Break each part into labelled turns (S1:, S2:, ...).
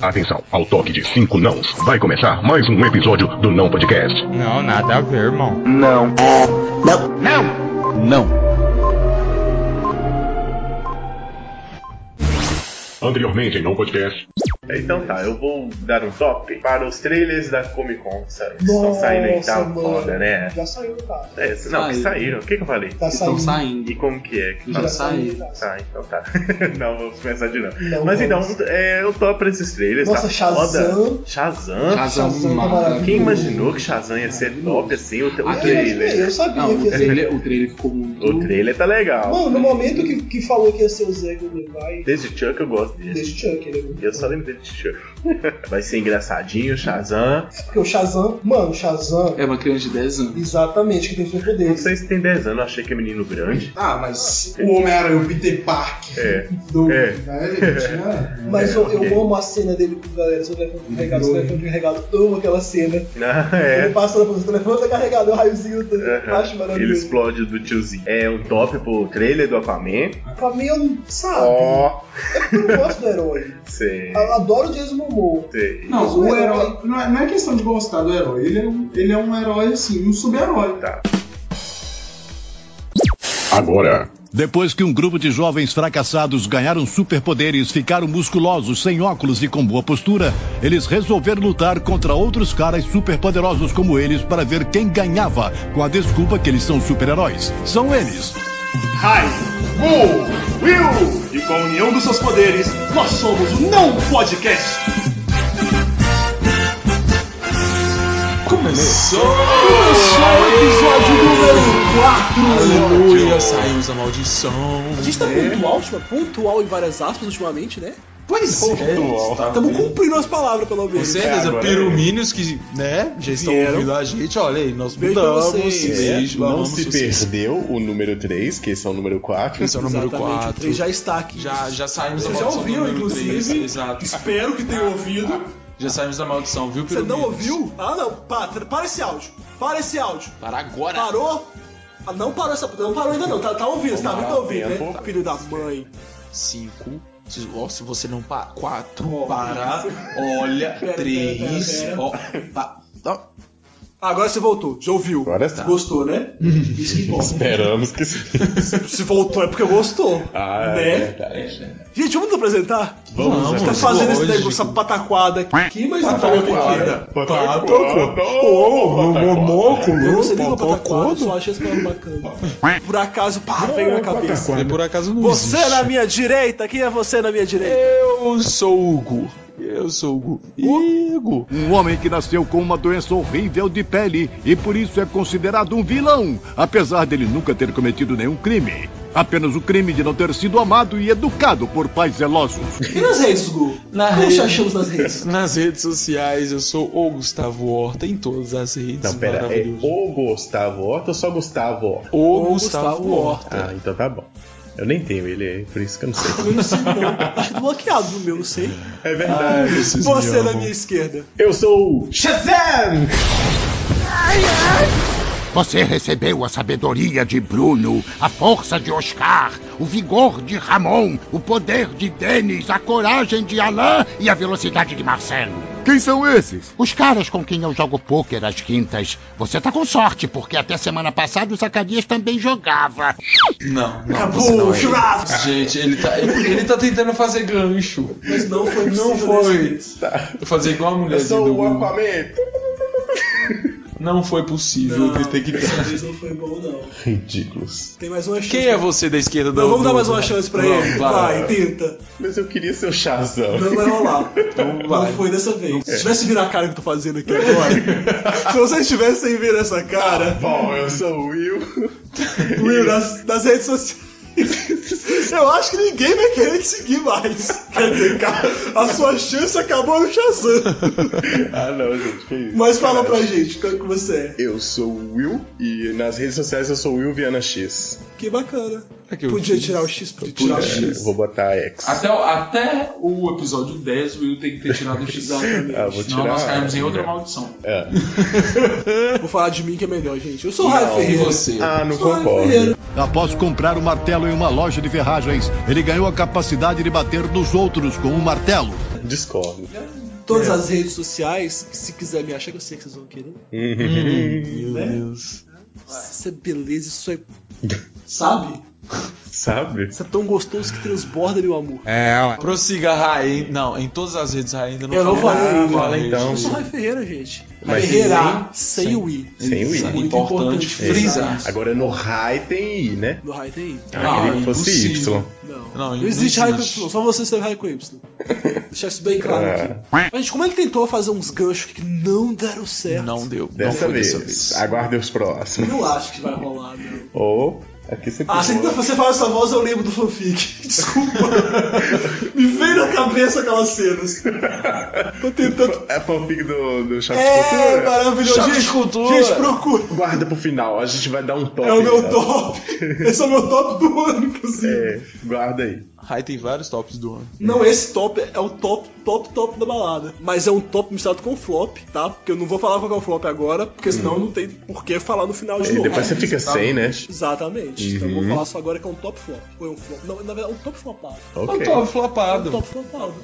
S1: Atenção, ao toque de cinco nãos, vai começar mais um episódio do Não Podcast.
S2: Não, nada a ver, irmão.
S3: Não.
S4: Não,
S3: Não.
S1: Anteriormente em Não Podcast,
S5: Então tá, eu vou dar um top para os trailers da Comic Con. Sa- Estão
S6: Nossa,
S5: saindo aí, tá
S6: mano.
S5: foda, né?
S6: Já saiu, cara.
S5: É, não, que
S3: Saiu.
S5: saíram. O que, que eu falei?
S6: Tá
S3: Estão
S6: saindo.
S3: saindo.
S5: E como que é? Que
S3: Já
S6: Já
S5: tá-
S3: saiu.
S6: saiu. cara.
S5: Tá, então tá. não, vou começar de novo.
S6: Não,
S5: Mas então,
S6: vamos.
S5: é, eu topo para esses trailers.
S6: Nossa,
S5: tá foda.
S6: Shazam.
S5: Shazam.
S3: Shazam
S6: Shazam tá
S3: mata.
S6: maravilhoso.
S5: Quem imaginou que Shazam ia ser top assim? O, o
S3: Ah, eu
S6: Eu imaginei, eu
S5: trailer.
S6: sabia
S3: Não,
S6: que
S7: é
S3: o
S6: ia ser.
S3: trailer, o trailer ficou muito.
S5: O trailer tá legal.
S6: Mano, no momento que, que falou que ia ser o Zego Levi,
S5: Desde Chuck eu gosto dele.
S6: desde Chuck, ele é muito
S5: Eu só lembro dele de Chuck. Vai ser engraçadinho, Shazam.
S6: bom. Porque o Shazam, mano, o Shazam,
S3: É uma criança de 10 anos.
S6: exatamente, que tem
S5: Não
S6: superpoderes.
S5: sei se tem 10 anos, eu achei que é menino grande.
S7: Ah, mas o Homem-Aranha, o Peter Parker
S5: É.
S7: do.
S5: É.
S7: Né, ele tinha-
S6: Mas
S5: É,
S6: eu, eu
S5: ok.
S6: amo a cena dele com o galera, seu telefone carregado, seu telefone carregado, eu amo aquela cena.
S5: Ah, é.
S6: Ele passa na posição, o telefone tá carregado, é o raiozinho, tá- eu acho
S5: Aham. Ele
S6: maravilhoso.
S5: explode do tiozinho. É um top pro trailer do Aquaman.
S6: Pra mim, eu não,
S8: Ah.
S6: sabe,
S5: Ó, É.
S6: eu não gosto do herói.
S5: sei.
S6: Eu adoro o Jason Momoa.
S5: sei.
S7: Não,
S6: O
S7: o
S6: herói-
S7: um herói. Não é, não é questão de gostar do herói. Ele é um, ele é um herói, assim, um sub-herói.
S5: Tá.
S1: agora,
S9: Depois que um grupo de jovens fracassados ganharam superpoderes, ficaram musculosos, sem óculos e com boa postura, eles resolveram lutar contra outros caras superpoderosos como eles para ver quem ganhava, com a desculpa que eles são super-heróis. São eles.
S10: Kai, Mu, Will! E com a união dos seus poderes, nós somos o Não Podcast!
S3: Aleluia, saímos a maldição.
S4: a gente tá pontual, tipo, pontual em várias aspas ultimamente, né?
S7: Pois é. tá
S4: Estamos cumprindo as palavras, pelo
S3: Com
S4: menos.
S3: certeza, pirumínios que, né, já estão
S4: Vieram.
S3: ouvindo a gente. Olha aí, nós
S4: Beijo pra
S3: mudamos.
S4: vocês.
S3: Beijo,
S8: Não
S3: amamos
S8: se
S3: vocês.
S8: perdeu o número 3, que esse é o número 4.
S3: Esse é o número
S4: Exatamente, o
S3: 4.
S4: três já está aqui.
S3: Já, já saímos da
S4: Você já
S3: maldição.
S4: ouviu,
S3: do número
S4: inclusive?
S3: três, Exato.
S4: Espero que tenha ouvido.
S3: Já saímos da maldição, viu,
S4: Ah, Você não
S3: Piruminos?
S4: ouviu? Ah, não. Pa- Para esse áudio. Para esse áudio.
S3: Para agora.
S4: Parou? Ah, não parou essa. Não parou ainda não. Tá, tá ouvindo, você tá ouvindo, tá ouvindo, né? Filho da mãe.
S3: 5. Se, ó, se você não para. 4.
S4: Ó,
S3: Para. Olha.
S4: pera,
S3: 3.
S4: pera, pera.
S3: Ó. pa- ó,
S4: Agora você voltou, já ouviu.
S8: Agora está.
S4: Gostou, né? Isso que importa.
S8: Esperamos que sim.
S4: Se voltou é porque gostou.
S8: Ah,
S4: né?
S8: é verdade.
S4: Gente, vamos nos apresentar?
S8: Vamos,
S4: A gente tá
S3: vamos,
S4: fazendo esse
S3: lógico.
S4: negócio, essa pataquada aqui, mas não tá falou o que ainda.
S8: Pataquada.
S4: Eu não sei nem o pataquada, eu só achei esse palavra bacana. Por acaso, pá, veio na cabeça.
S3: E por acaso não
S4: Você
S3: existe.
S4: na minha direita, quem é você na minha direita?
S3: Eu sou o Hugo. Eu sou o Hugo. Ih, Hugo.
S9: Um homem que nasceu com uma doença horrível de pele e por isso é considerado um vilão, apesar dele nunca ter cometido nenhum crime. Apenas o crime de não ter sido amado e educado por pais zelosos.
S4: E nas redes, Gu?
S3: Na
S4: Como
S3: rede.
S4: te achamos nas redes?
S3: Nas redes sociais, eu sou o Gustavo Horta em todas as redes.
S8: Não, pera, é
S3: Maravilhoso.
S8: o Gustavo Horta ou só Gustavo Horta?
S3: O
S4: o
S3: Gustavo
S4: Gustavo
S3: Horta.
S8: Ah, então tá bom. Eu nem tenho ele, é por isso que eu não sei.
S4: Eu não sei não, acho que Tá bloqueado no meu, não sei.
S8: É verdade.
S3: vocês me
S4: Você na
S3: amam.
S4: minha esquerda.
S8: Eu sou o Shazam!
S9: Você recebeu a sabedoria de Bruno, a força de Oscar, o vigor de Ramon, o poder de Denis, a coragem de Alain e a velocidade de Marcelo. Quem são esses? Os caras com quem eu jogo pôquer às quintas. Você tá com sorte, porque até semana passada o Zacarias também jogava.
S3: Não, não. você
S4: Acabou
S3: não
S4: o
S3: é.
S4: churrasco!
S3: Gente, ele tá, ele, ele tá tentando fazer gancho.
S4: Mas não foi
S3: Não
S4: possível desse
S3: foi.
S4: jeito.
S3: Fazer igual a
S8: Eu
S3: mulherzinha
S8: sou
S3: do
S8: o
S3: Google.
S8: Aquaman!
S3: Não foi possível.
S4: Não,
S3: Tentei que-
S4: dessa vez não foi bom, não.
S8: Ridículos.
S4: Tem mais um uma chance.
S3: Quem é você da esquerda do
S4: Não, Então, vamos dar mais
S3: do-
S4: uma chance pra
S3: Vamos,
S4: ele.
S3: Vai.
S4: Vai, tenta.
S8: Mas eu queria ser o Shazam.
S4: Não vai rolar.
S3: Então vai.
S4: Não foi dessa vez. Se tivesse virar a cara que eu tô fazendo aqui agora, se vocês tivessem vindo essa cara,
S8: Bom, eu sou o Will.
S4: Will, nas, nas redes sociais. Eu acho que ninguém vai querer te seguir mais. Quer dizer, cara, a sua chance acabou no Shazam.
S8: Ah, não, gente, que isso.
S4: Mas fala pra gente qual que você
S8: Eu sou o Will e nas redes sociais eu sou o Will Viana X.
S4: é. Que bacana.
S3: Será que eu
S4: Podia
S3: fiz?
S4: tirar o X pra
S3: Tirar o
S8: É,
S3: X.
S8: Vou botar X.
S3: Até, o- até o episódio 10, o Will tem que ter tirado o X também.
S8: Ah, vou
S3: Senão
S8: tirar.
S3: nós caímos em outra maldição.
S8: É.
S4: Vou falar de mim que é melhor, gente. Eu sou o Raio
S3: E
S4: Ferreira.
S3: você?
S8: Ah, não
S4: Sou o Raio
S8: concordo.
S4: Ferreira.
S9: Após comprar um martelo em uma loja de ferragens, ele ganhou a capacidade de bater nos outros com um martelo.
S5: Discordo.
S4: Todas
S3: É.
S4: as redes sociais, se quiser me achar, que eu sei que vocês vão querer. Né?
S3: Meu Deus.
S4: Isso é beleza, isso é.
S7: Sabe?
S5: Sabe?
S4: Isso é tão gostoso que transborda meu amor.
S11: É, ó.
S3: Prossiga Rainha. Não, em todas as redes Rainha ainda não
S4: Eu não
S3: falei
S4: falei
S3: nada,
S4: ainda.
S3: Rainha.
S5: Então,
S4: Eu sou Raio Ferreira, gente.
S5: Mas
S4: Ferreira, sem, o I.
S5: sem o
S3: Isso é
S5: I.
S3: Muito importante frisar.
S5: Agora no Rai tem I, né?
S4: No Raio tem I.
S5: Ah, queria que fosse
S3: impossível.
S5: Y.
S4: Não.
S3: Não,
S4: Não,
S3: não
S4: existe raio com
S3: existe.
S4: Y, só você sabe raio com Y. Deixar isso bem claro
S5: É.
S4: aqui. Mas, gente, como ele tentou fazer uns ganchos que não deram certo,
S3: Não deu.
S5: Dessa
S3: não foi
S5: vez.
S3: Dessa vez.
S5: Aguarde os próximos.
S4: não acho que vai rolar, não.
S5: Ou. Aqui você
S4: Ah, você,
S5: pegou.
S4: você fala essa voz, eu lembro do fanfic. Desculpa. Me veio na cabeça aquelas cenas. Tô tentando.
S5: É a fanfic do, do Choque de
S4: É,
S5: Cultura.
S4: maravilhoso.
S3: Choque de
S4: Gente,
S3: cultura.
S4: Gente, procura.
S5: Guarda pro final, a gente vai dar um top.
S4: É o meu
S5: aí,
S4: top. Esse é o meu top do ano,
S5: ó.
S4: inclusive.
S5: É, guarda aí.
S3: Raio tem vários tops do ano.
S4: Não, esse top é o top, top, top da balada. Mas é um top misturado com flop, tá? Porque eu não vou falar qual que é o flop agora, porque senão não tem por que falar no final de
S5: E
S4: novo.
S5: depois você fica sem, né?
S4: Exatamente. Então eu vou falar só agora que é um top flop. Ou é um flop. Não, na verdade é um top flopado.
S5: Ok.
S11: Top
S4: É um
S11: flopado.
S4: top flopado.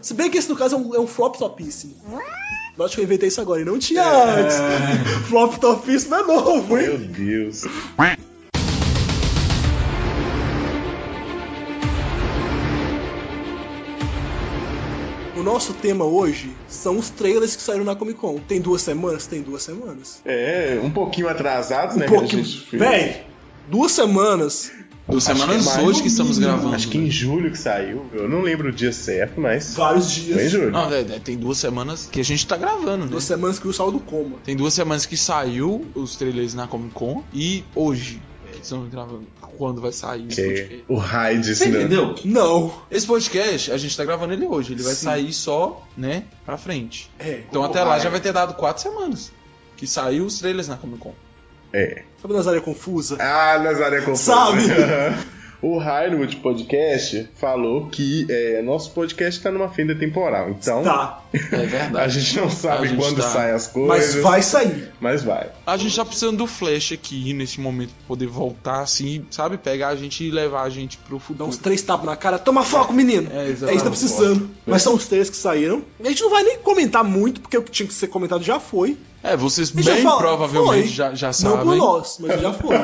S4: Se bem que esse no caso é um, é um flop topíssimo. Eu acho que eu inventei isso agora e não
S5: É.
S4: tinha antes. flop topíssimo é novo, hein?
S5: Meu Deus.
S4: O nosso tema hoje são os trailers que saíram na Comic Con. Tem duas semanas? Tem duas semanas.
S5: É, um pouquinho atrasado, né?
S4: Um
S5: que a
S4: pouquinho.
S5: gente fez.
S4: Véi, duas semanas.
S3: Duas
S5: Acho
S3: semanas
S5: que é mais
S3: hoje
S5: no
S3: que estamos
S5: mínimo.
S3: gravando.
S5: Acho que em julho que saiu. Eu não lembro o dia certo, mas.
S4: Vários
S5: Foi em
S4: dias.
S5: julho.
S3: Não, né, né, tem duas semanas que a gente tá gravando, né?
S4: Duas semanas que o saiu do coma.
S3: Tem duas semanas que saiu os trailers na Comic Con e hoje. Que estamos gravando quando vai sair esse
S5: Que
S3: podcast.
S5: o Rai disse
S3: Você
S5: não.
S3: entendeu?
S4: Não.
S3: Esse podcast, a gente tá gravando ele hoje. Ele vai
S4: Sim.
S3: sair só, né, pra frente.
S4: É.
S3: Então até lá já vai ter dado quatro semanas. Que saiu os trailers na Comic Con.
S5: É.
S4: Sabe Nazária Confusa?
S5: Ah, Nazaré Confuso.
S4: Sabe?
S5: O Rai no último podcast falou que é, nosso podcast tá numa fenda temporal. Então,
S4: Tá.
S3: É
S5: a
S3: verdade.
S5: gente não sabe
S3: A gente
S5: quando
S3: tá.
S5: saem as
S4: Mas
S5: coisas,
S4: vai sair.
S5: mas vai.
S3: a gente tá precisando do Flash aqui nesse momento pra poder voltar assim, sabe? Pegar a gente e levar a gente pro
S4: Dá
S3: futuro.
S4: uns Então, três tapas na cara. Toma foco, menino.
S3: É,
S4: É,
S3: exatamente.
S4: isso que tá precisando. Mas são os três que saíram. A gente não vai nem comentar muito, porque o que tinha que ser comentado já foi.
S3: É, vocês
S4: E já
S3: bem
S4: fala-
S3: provavelmente
S4: foi.
S3: já, já
S4: Não por
S3: sabem.
S4: nós, mas já foi.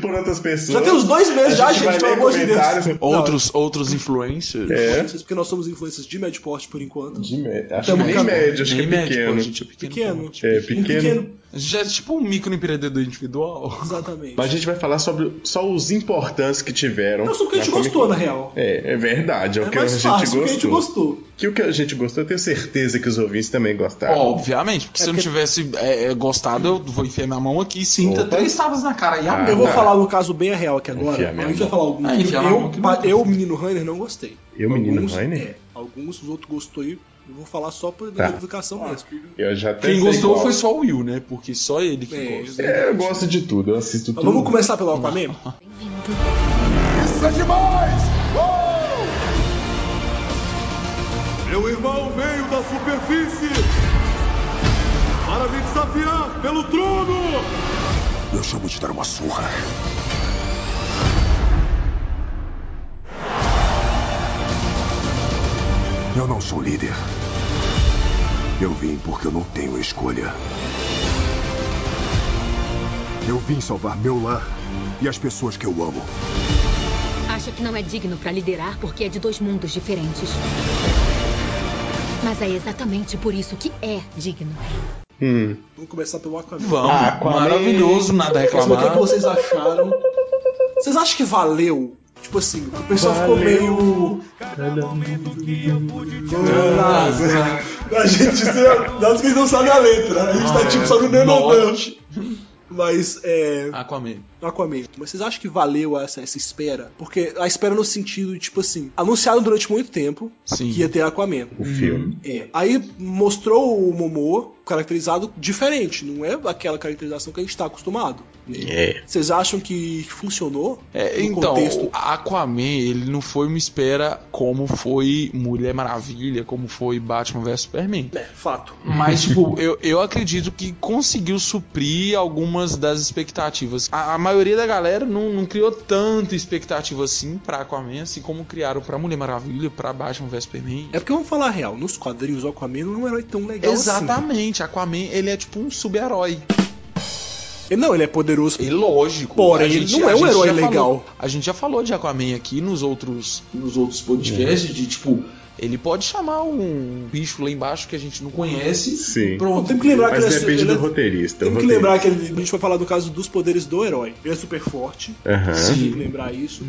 S5: Por outras pessoas.
S4: já tem uns dois meses já,
S5: vai
S4: gente, pelo
S5: ler
S4: amor de Deus.
S5: comentários. né?
S4: é
S3: Outros, outros influencers.
S5: É.
S4: Influências, Porque nós somos influências de médio porte por enquanto.
S5: De mé- Acho
S4: Tamo
S5: que nem
S4: acabando.
S5: médio, acho
S3: Nem
S5: que é
S3: médico,
S5: pequeno.
S3: a gente é pequeno.
S4: Pequeno.
S5: É,
S4: Um
S5: pequeno.
S4: pequeno.
S3: A gente é tipo um microempreendedor individual.
S4: Exatamente.
S5: Mas a gente vai falar sobre só os importantes que tiveram.
S4: É o que a
S5: na Comic
S4: gente gostou,
S5: Con.
S4: na real.
S5: É, é verdade, é o
S4: É
S5: que a
S4: mais
S5: gente
S4: fácil, o que a gente
S5: gostou.
S4: gostou.
S5: Que o que a gente gostou, eu tenho certeza que os ouvintes também gostaram.
S3: Obviamente, porque se eu não
S4: É. porque-
S3: tivesse é, é, gostado, eu vou enfiar minha mão aqui e sinta
S5: Opa.
S3: três tapas na cara. E a
S5: Ah,
S4: Eu vou
S5: não.
S4: falar no caso bem a real aqui agora.
S5: Enfia
S4: A
S5: mesmo.
S4: gente vai falar alguns.
S3: Ah, enfia mesmo, que
S4: eu,
S3: não
S4: pa-
S3: tem.
S4: eu, menino Rainer, não gostei.
S5: Eu, menino
S4: Alguns,
S5: Rainer?
S4: É, alguns, os outros gostou e eu vou falar só por
S5: Tá.
S4: educação mesmo.
S5: Eu já até
S3: Quem
S5: sei
S3: gostou
S5: qual.
S3: foi só o Will, né? Porque só ele que
S4: É,
S3: gosta.
S5: É, eu gosto de tudo, eu assisto
S4: Mas
S5: tudo.
S4: vamos começar pelo Aquaman?
S9: Meu irmão veio da superfície para me desafiar pelo trono!
S1: Nós vamos te dar uma surra. Eu não sou líder. Eu vim porque eu não tenho escolha. Eu vim salvar meu lar e as pessoas que eu amo.
S12: Acha que não é digno para liderar porque é de dois mundos diferentes. Mas é exatamente por isso que é digno.
S5: Hum.
S4: Vamos começar pelo Ah, Aquaman.
S3: Vamos,
S5: Aquaman.
S3: maravilhoso, nada a
S4: Mas o que, que
S3: reclamar.
S4: vocês acharam? Vocês acham que valeu? Tipo assim, o pessoal ficou
S5: Valeu.
S4: meio.
S3: Ah,
S4: Nossa. A gente, nós que não sabem a letra, a gente
S3: Ah,
S4: tá
S3: é.
S4: tipo só no denotante. Mas, é.
S3: ah, Aquaman.
S4: Aquaman. Mas vocês acham que valeu essa, essa espera? Porque a espera no sentido, tipo assim, anunciaram durante muito tempo
S3: Sim.
S4: que ia ter Aquaman.
S5: O filme.
S4: É. Aí mostrou o Momoa, caracterizado diferente, não é aquela caracterização que a gente está acostumado. né?
S5: É.
S4: Vocês acham que funcionou?
S3: É,
S4: No
S3: então,
S4: contexto.
S3: Aquaman, ele não foi uma espera como foi Mulher Maravilha, como foi Batman vs Superman.
S4: É, fato.
S3: Mas, tipo, eu, eu acredito que conseguiu suprir algumas das expectativas. A, a maioria da galera não, não criou tanta expectativa assim pra Aquaman, assim como criaram pra Mulher Maravilha, pra Batman vs Superman. Então,
S4: É porque vamos falar a real, nos quadrinhos o Aquaman não é um herói tão legal assim.
S3: Exatamente, Aquaman, ele é tipo um sub-herói.
S4: Ele- Não, ele é poderoso.
S3: E lógico.
S4: Porém,
S3: a
S4: ele não é um
S3: a
S4: herói
S3: já
S4: legal. É.
S3: falou- a gente já falou de Aquaman aqui nos outros, nos outros podcasts, de tipo, ele pode chamar um bicho lá embaixo que a gente não conhece.
S5: Sim.
S3: Pronto,
S4: Tem que lembrar que
S5: Mas
S4: ele é-
S5: depende
S4: ele é-
S5: do roteirista. o
S4: Tem que
S5: roteirista.
S4: lembrar que ele- a gente vai falar do caso dos poderes do herói. Ele é super forte,
S5: Aham.
S4: tem que lembrar isso.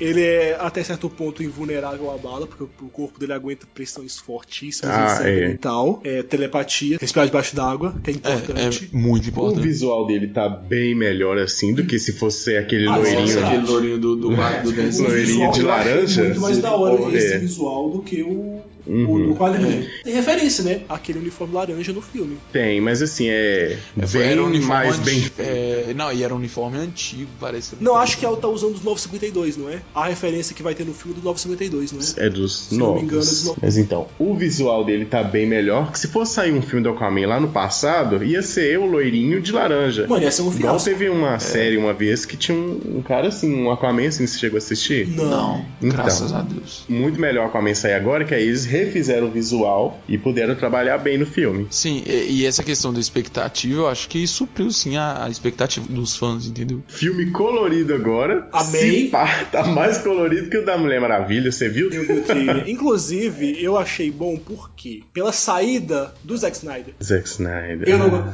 S4: Ele é até certo ponto invulnerável à bala, porque o o corpo dele aguenta pressões fortíssimas
S5: Ah,
S4: em sangue
S5: é.
S4: e tal. É, telepatia, respirar debaixo d'água, que é importante.
S3: É, é muito
S5: O
S3: importante.
S5: visual dele tá bem melhor assim do que se fosse aquele
S3: Ah,
S5: loirinho.
S7: Aquele lourinho do, do, do Dez Visual,
S5: Loirinho de
S7: eu achei
S5: laranja?
S7: muito mais
S4: é mais da hora
S5: É.
S4: esse visual do que o, o
S5: Uhum.
S4: do quadrinho. Tem referência, né? Aquele uniforme laranja no filme.
S5: Tem, mas assim, é
S3: É, foi-
S5: bem
S3: era um uniforme
S5: mais bem
S3: anti- é, não, e era um uniforme antigo, parece.
S4: Não, acho que ela tá usando os 952, não é? A referência que vai ter no filme do 952, não é?
S5: É dos
S4: não
S5: novos.
S4: me engano, é dos novos.
S5: Mas então, o visual dele tá bem melhor. Que se fosse sair um filme do Aquaman lá no passado, ia ser eu, loirinho de laranja.
S4: Mano, ia ser um
S5: Igual
S4: fiasco.
S5: teve uma série uma vez que tinha um, um cara assim, um Aquaman assim, você chegou a assistir?
S3: Não,
S5: Então.
S3: graças a Deus.
S5: Muito melhor o Aquaman sair agora, que aí eles refizeram o visual e puderam trabalhar bem no filme.
S3: Sim, e, e essa questão da expectativa, eu acho que supriu sim a, a expectativa dos fãs, entendeu?
S5: Filme colorido agora.
S4: Amei.
S5: Se pá, tá mais colorido que o da Mulher Maravilha, você viu?
S4: Eu vi o trailer. Inclusive, eu achei bom porque pela saída do Zack Snyder.
S5: Zack Snyder.
S4: Eu não go-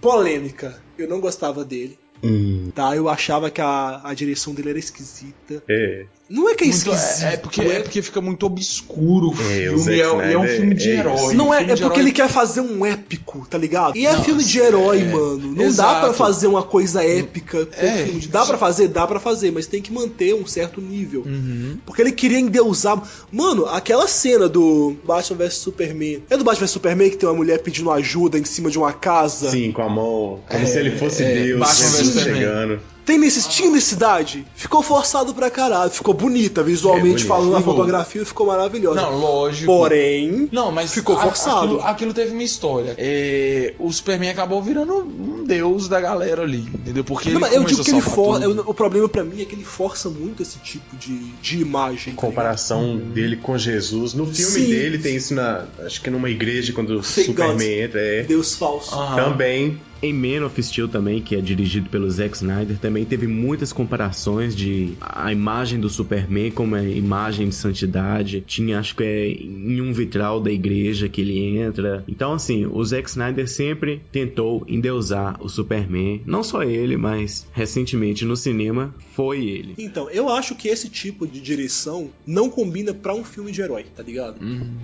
S4: polêmica. Eu não gostava dele,
S5: Hum,
S4: tá? Eu achava que a, a direção dele era esquisita.
S5: é.
S4: Não é que é
S3: Muito-
S4: esquisita.
S3: é, é porque, é porque fica muito obscuro o
S5: É, o
S3: filme.
S5: Zack
S3: É, um- é um
S5: Snyder
S3: filme de
S5: é isso.
S3: herói. um
S4: Não é,
S3: filme
S4: é
S3: de
S4: porque
S3: herói
S4: ele quer fazer um épico, tá ligado? E é
S3: Não,
S4: filme de herói,
S3: é.
S4: mano. Não dá
S3: Exato. Hum,
S4: pra fazer uma coisa épica. com
S3: É.
S4: filme de- Dá pra fazer? Dá pra fazer, mas tem que manter um certo nível.
S3: Uhum.
S4: Porque ele queria endeusar. Mano, aquela cena do Batman vs Superman. É do Batman vs Superman que tem uma mulher pedindo ajuda em cima de uma casa?
S5: Sim, com a mão. Como se ele fosse
S3: é,
S5: Deus,
S3: Batman
S5: Jesus
S3: vs Superman.
S5: chegando.
S4: Tem nesse, tinha necessidade? Ficou forçado pra caralho. Ficou bonita visualmente
S5: É, bonito.
S4: falando. A
S3: Ficou.
S4: fotografia ficou maravilhosa.
S3: Não, lógico.
S4: Porém.
S3: Não, mas
S4: Ficou
S3: a-
S4: forçado.
S3: Aquilo, aquilo teve uma história. É, o Superman acabou virando um deus da galera ali, entendeu? Porque
S4: Não,
S3: ele
S4: mas eu digo
S3: começou
S4: que
S3: a
S4: ele
S3: salvar
S4: força.
S3: tudo.
S4: O problema pra mim é que ele força muito esse tipo de, de imagem. tá
S5: comparação dele com Jesus. No filme
S4: Sim.
S5: dele tem isso na. Acho que numa igreja quando o
S4: Fake
S5: Superman
S4: gods.
S5: entra.
S4: ligado?
S5: É.
S4: Deus falso.
S3: Aham.
S5: Também.
S10: Em Man of Steel também, que é dirigido pelo Zack Snyder, também teve muitas comparações de a imagem do Superman como a imagem de santidade. Tinha, acho que é em um vitral da igreja que ele entra. Então, assim, o Zack Snyder sempre tentou endeusar o Superman. Não só ele, mas recentemente no cinema foi ele.
S4: Então, eu acho que esse tipo de direção não combina pra um filme de herói, tá ligado?
S3: Uhum.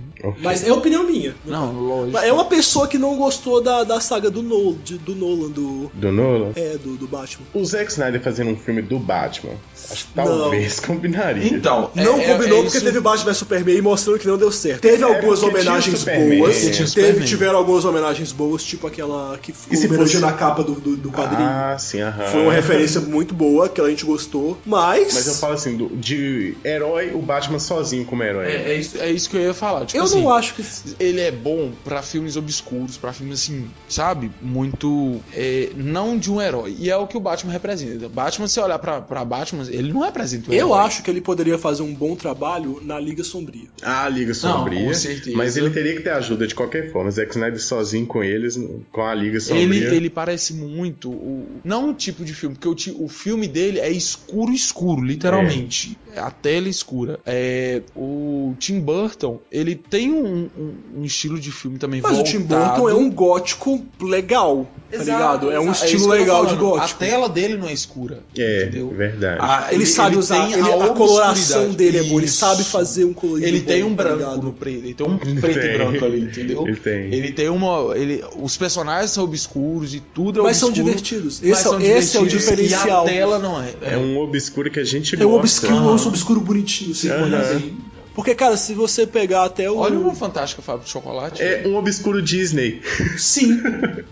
S4: Mas é opinião minha.
S3: Não, lógico.
S4: É uma pessoa que não gostou da, da saga do Nolan, de- do, Nolan do,
S5: Do Nolan.
S4: é, do, do Batman.
S5: O Zack Snyder fazendo um filme do Batman. Acho que
S4: Não.
S5: talvez combinaria.
S3: Então, é-
S4: não
S3: é-
S4: combinou
S3: é
S4: porque
S3: isso-
S4: teve Batman vs Superman e mostrando que não deu certo. Teve algumas
S5: porque tinha
S4: homenagens
S5: o Superman,
S4: boas,
S5: é.
S3: Tinha o
S4: teve,
S3: Superman.
S4: tiveram algumas homenagens boas, tipo aquela que ficou
S5: E se
S4: homenageando
S5: fosse-
S4: a capa do, do, do quadrinho.
S5: Ah, sim, aham.
S4: Foi uma referência muito boa, que a gente gostou, mas.
S5: Mas eu falo assim, do- de herói, o Batman sozinho como herói.
S3: É, é isso, é isso que eu ia falar. Tipo
S4: eu
S3: assim,
S4: não acho que.
S3: ele é bom pra filmes obscuros, pra filmes assim, sabe? Muito. é, não de um herói. E é o que o Batman representa. Batman, se olhar pra, pra Batman, ele não representa o
S4: Eu
S3: herói.
S4: acho que ele poderia fazer um bom trabalho na Liga Sombria.
S5: Ah, a Liga Sombria.
S3: com certeza.
S5: Mas ele teria que ter ajuda de qualquer forma. O Zack Snyder sozinho com eles, com a Liga
S3: Ele,
S5: Sombria.
S3: ele parece muito. O, não o tipo de filme, porque o, ti- o filme dele é escuro, escuro, literalmente. É a tela escura. É, o Tim Burton, ele tem um, um- um estilo de filme também
S4: Mas
S3: voltado.
S4: o Tim Burton é um gótico legal, tá ligado? É um
S3: Exato,
S4: estilo
S3: isso que eu tô
S4: legal de
S3: falando.
S4: gótico.
S3: A tela dele não é escura.
S5: É,
S3: entendeu?
S5: verdade.
S3: Ah,
S4: Ele, sabe usar,
S3: tem
S4: ele- a,
S3: obscuridade.
S4: coloração dele é boa, ele
S3: Isso.
S4: sabe fazer um colorido.
S3: Ele tem
S4: bom,
S3: um
S4: tá
S3: branco
S4: ligado?
S3: no preto, ele tem um preto e
S5: Tem.
S3: branco ali, entendeu?
S5: Ele tem.
S3: Ele tem uma. Ele, os personagens são obscuros e tudo é
S4: Mas são
S3: obscuro,
S4: divertidos.
S3: mas
S4: Esse é-
S3: são
S4: esse é o diferencial.
S3: E a tela não é.
S5: É um obscuro que a gente
S4: É um
S5: gosta.
S4: obscuro, é um obscuro bonitinho, assim,
S5: Aham.
S4: olha assim. Porque, cara, se você pegar até o.
S3: Olha uma fantástica fábrica de chocolate.
S5: É um obscuro Disney.
S4: Sim.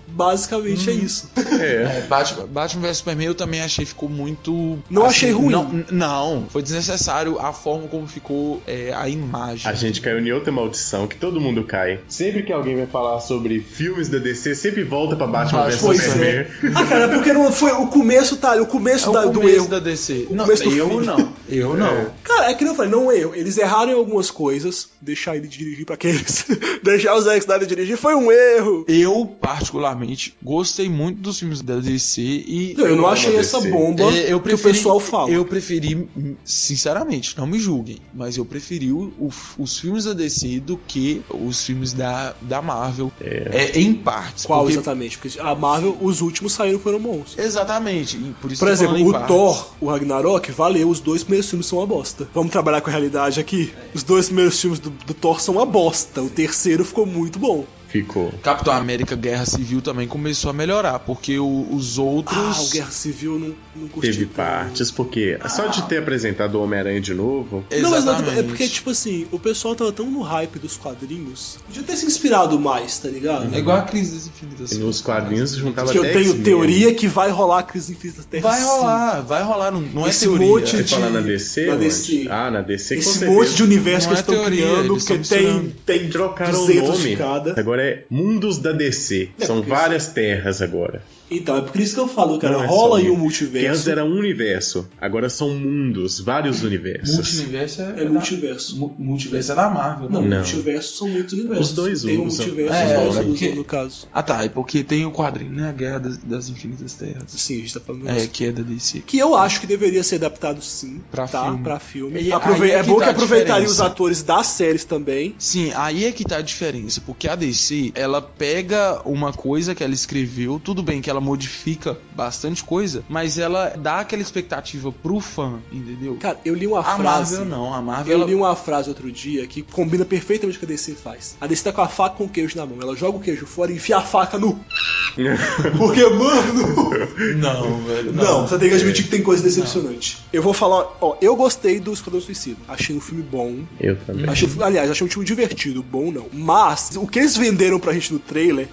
S4: Basicamente é
S3: Hum.
S4: isso.
S3: É, Batman, Batman vs Superman eu também achei ficou muito. assim,
S4: Não achei ruim.
S3: Não, n- não, foi desnecessário a forma como ficou é, a imagem.
S5: A gente caiu em outra maldição que todo mundo cai. Sempre que alguém vai falar sobre filmes da DC, sempre volta pra Batman vs
S4: Ah, Pois
S5: Superman.
S4: é. Ah, cara, porque não foi o começo, tá? O começo,
S3: É o
S4: da- do
S3: começo
S4: erro.
S3: da DC.
S4: O
S3: Não,
S4: começo do
S3: eu
S4: fim.
S3: não. Eu não.
S4: Cara, é que nem eu falei, não erro. Eles erraram em algumas coisas. Deixar ele dirigir pra aqueles. Deixar o Zack Snyder dirigir foi um erro.
S3: Eu, particularmente, gostei muito dos filmes da DC e.
S4: Eu não achei essa bomba
S3: É, eu
S4: que o
S3: preferi-
S4: pessoal fala.
S3: Eu preferi, sinceramente, não me julguem, mas eu preferi o- o- os filmes da DC do que os filmes da, da Marvel. É. em partes.
S4: Qual
S3: porque-
S4: exatamente? Porque a Marvel, os últimos saíram foram bons.
S3: Exatamente. e Por, isso
S4: Por
S3: que eu tô
S4: exemplo,
S3: falando em
S4: o
S3: partes.
S4: Thor, o Ragnarok, valeu, os dois primeiros filmes são uma bosta. Vamos trabalhar com a realidade aqui? Os dois primeiros filmes do, do Thor são uma bosta. O terceiro ficou muito bom.
S5: Ficou.
S3: Capitão América Guerra Civil também começou a melhorar, porque o- os outros.
S4: Ah, o Guerra Civil eu não, não curti.
S5: Teve partes, porque só de ter apresentado o Homem-Aranha de novo.
S4: Não, mas não,
S3: Exatamente.
S4: é porque, tipo assim, o pessoal tava tão no hype dos quadrinhos. Podia ter se inspirado mais, tá
S5: Uhum.
S4: ligado?
S3: É igual a Crise das Infinitas.
S5: Nos quadrinhos juntava
S4: que eu
S5: até
S4: tenho
S5: X-Men.
S4: teoria que vai rolar a crise infinita Terra.
S3: Vai
S4: sim.
S3: rolar, vai rolar, não, não é
S4: Esse
S3: teoria.
S4: monte
S5: Você
S4: de-
S5: fala na DC?
S4: na
S5: Lorde?
S4: DC.
S5: Ah, na DC com
S4: Esse
S5: certeza.
S4: monte de universo
S3: Não
S4: que eles
S3: é
S4: estão
S3: teoria,
S4: criando,
S3: eles
S4: porque
S3: estão
S4: tem,
S3: misturando.
S4: tem
S5: Trocaram o
S4: 200 de
S5: nome.
S4: cada.
S5: Agora é Mundos da DC.
S4: É,
S5: São
S4: porque-
S5: várias terras agora.
S4: Então, é por isso que eu falo, cara,
S5: Não é
S4: rola
S5: só
S4: aí um
S5: isso. Que antes
S4: multiverso.
S5: era um universo, agora são mundos, vários universos.
S3: Multiverso é,
S4: É multiverso.
S3: Mu- multiverso é da Marvel,
S4: Não,
S3: né?
S5: Não.
S4: multiverso são muitos universos.
S5: Os dois
S4: Tem um
S5: usam.
S4: multiverso
S3: É,
S4: e os
S3: é
S4: dois
S3: porque-
S4: usam, no caso.
S3: Ah tá, é porque tem o quadrinho, né? A Guerra das, das Infinitas Terras.
S4: Sim, a gente tá falando
S3: É,
S4: isso.
S3: que é da DC.
S4: Que eu acho que deveria ser adaptado sim
S3: Pra
S4: tá?
S3: filme.
S4: Pra filme.
S3: E aí
S4: Aprove-
S3: é
S4: É
S3: que
S4: bom
S3: tá
S4: que
S3: a
S4: aproveitaria os
S3: diferença.
S4: atores das séries também.
S3: Sim, aí é que tá a diferença, porque a DC, ela pega uma coisa que ela escreveu, tudo bem que ela modifica bastante coisa, mas ela dá aquela expectativa pro fã, entendeu?
S4: Cara, eu li uma
S3: a
S4: frase.
S3: Marvel não, a Marvel
S4: Eu
S3: ela-
S4: li uma frase outro dia que combina perfeitamente com o que a DC faz. A DC tá com a faca com o queijo na mão. Ela joga o queijo fora e enfia a faca no. Porque, mano.
S3: Não, É. velho,
S4: Não, você tem que admitir que tem coisa decepcionante. Eu vou falar, ó, eu gostei do Esquadrão Suicida. Achei um filme bom.
S5: Eu também.
S4: Achei, aliás, achei um filme divertido, bom não. Mas, o que eles venderam pra gente no trailer,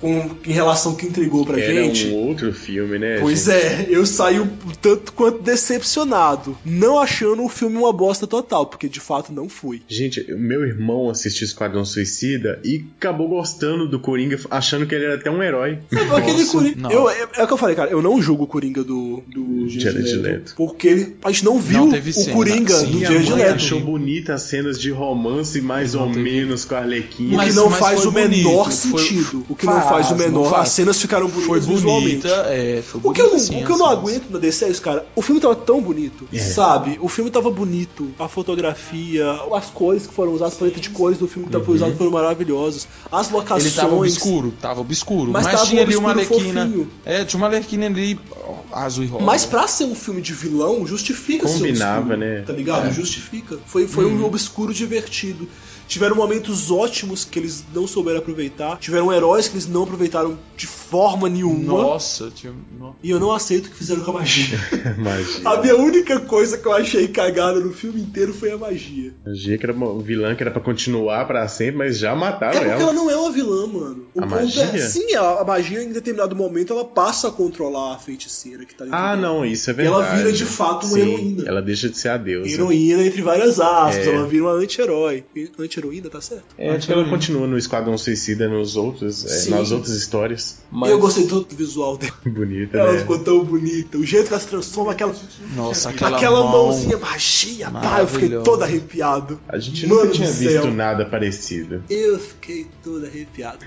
S4: com- em relação ao que intrigou pra
S5: Hum. Era
S4: gente.
S5: um outro filme, né?
S4: Pois
S5: gente?
S4: é, eu saí um tanto quanto decepcionado, não achando o filme uma bosta total, porque de fato não fui.
S5: Gente, meu irmão assistiu Esquadrão Suicida e acabou gostando do Coringa, achando que ele era até um herói.
S4: Aquele Coringa.
S3: não.
S4: Eu, é, é o que eu falei, cara. Eu não julgo o Coringa do, do Jared
S5: Jared
S4: Leto,
S5: Leto.
S4: Porque ele- a gente não viu
S3: Não teve
S4: o
S3: cena.
S4: Coringa
S3: Sim,
S4: do
S3: a
S4: Jared
S3: mãe
S5: Ele
S3: Leto.
S5: achou bonitas as cenas de romance, mais ou menos, com a Arlequina.
S4: O que
S3: Mas-
S4: não
S3: mas
S4: faz
S3: foi
S4: o menor
S3: bonito, foi-
S4: sentido. O que não
S3: faz,
S4: faz o
S3: não
S4: menor. As
S3: faz.
S4: cenas ficaram bonitas.
S3: foi
S4: visualmente.
S3: bonita, é, foi
S4: O que, eu,
S3: bonita,
S4: não-
S3: sim, É.
S4: o que eu
S3: as
S4: não
S3: cenas.
S4: aguento na DC é isso, cara. O filme tava tão bonito, sabe? O filme tava bonito. A fotografia, as cores que foram usadas, a paleta de cores do filme que tá- foi usado foram maravilhosas. As locações.
S3: Uhum. Ele tava obscuro, tava obscuro.
S4: Mas
S3: Mas,
S4: tava
S3: tinha ali
S4: obscuro
S3: uma alequina.
S4: fofinho.
S3: É, tinha uma alequina ali ó, azul e rosa.
S4: Mas pra ser um filme de vilão, justifica
S5: Combinava,
S4: ser obscuro,
S5: né?
S4: Tá ligado?
S3: É.
S4: Justifica. Foi, foi
S3: Uhum.
S4: um obscuro divertido. Tiveram momentos ótimos que eles não souberam aproveitar. Tiveram heróis que eles não aproveitaram de forma nenhuma.
S3: Nossa, tinha. um, no-
S4: E eu não aceito o que fizeram com a magia.
S5: Magia.
S4: a minha única coisa que eu achei cagada no filme inteiro foi a magia.
S5: Magia que era uma vilã que era pra continuar pra sempre, mas já
S4: É
S5: mataram
S4: porque ela
S5: ela.
S4: não é uma vilã, mano. O
S5: Ah, A magia?
S4: é. Sim, a, a magia em determinado momento ela passa a controlar a feiticeira que tá ali.
S5: Ah,
S4: dentro.
S5: não, isso é
S4: E ela
S5: verdade.
S4: vira, de fato, uma
S5: Sim,
S4: heroína.
S5: Ela deixa de ser a deusa.
S4: Heroína entre várias aspas,
S5: É.
S4: ela vira uma anti-herói. Anti-heroína, tá certo?
S5: É, acho que ela continua no Esquadrão Suicida nos outros, é,
S4: Sim.
S5: nas outras histórias.
S4: E eu gostei tanto do visual dela.
S5: Bonita,
S4: Ela
S5: né?
S4: ficou tão bonita. O jeito que ela se transforma, aquela,
S3: Nossa, aquela,
S4: aquela,
S3: mão-
S4: mãozinha magia, pá, eu fiquei
S3: Maravilhosa.
S4: todo arrepiado.
S5: A gente
S4: Mano
S5: nunca tinha
S4: do céu.
S5: visto nada parecido.
S4: Eu fiquei todo arrepiado.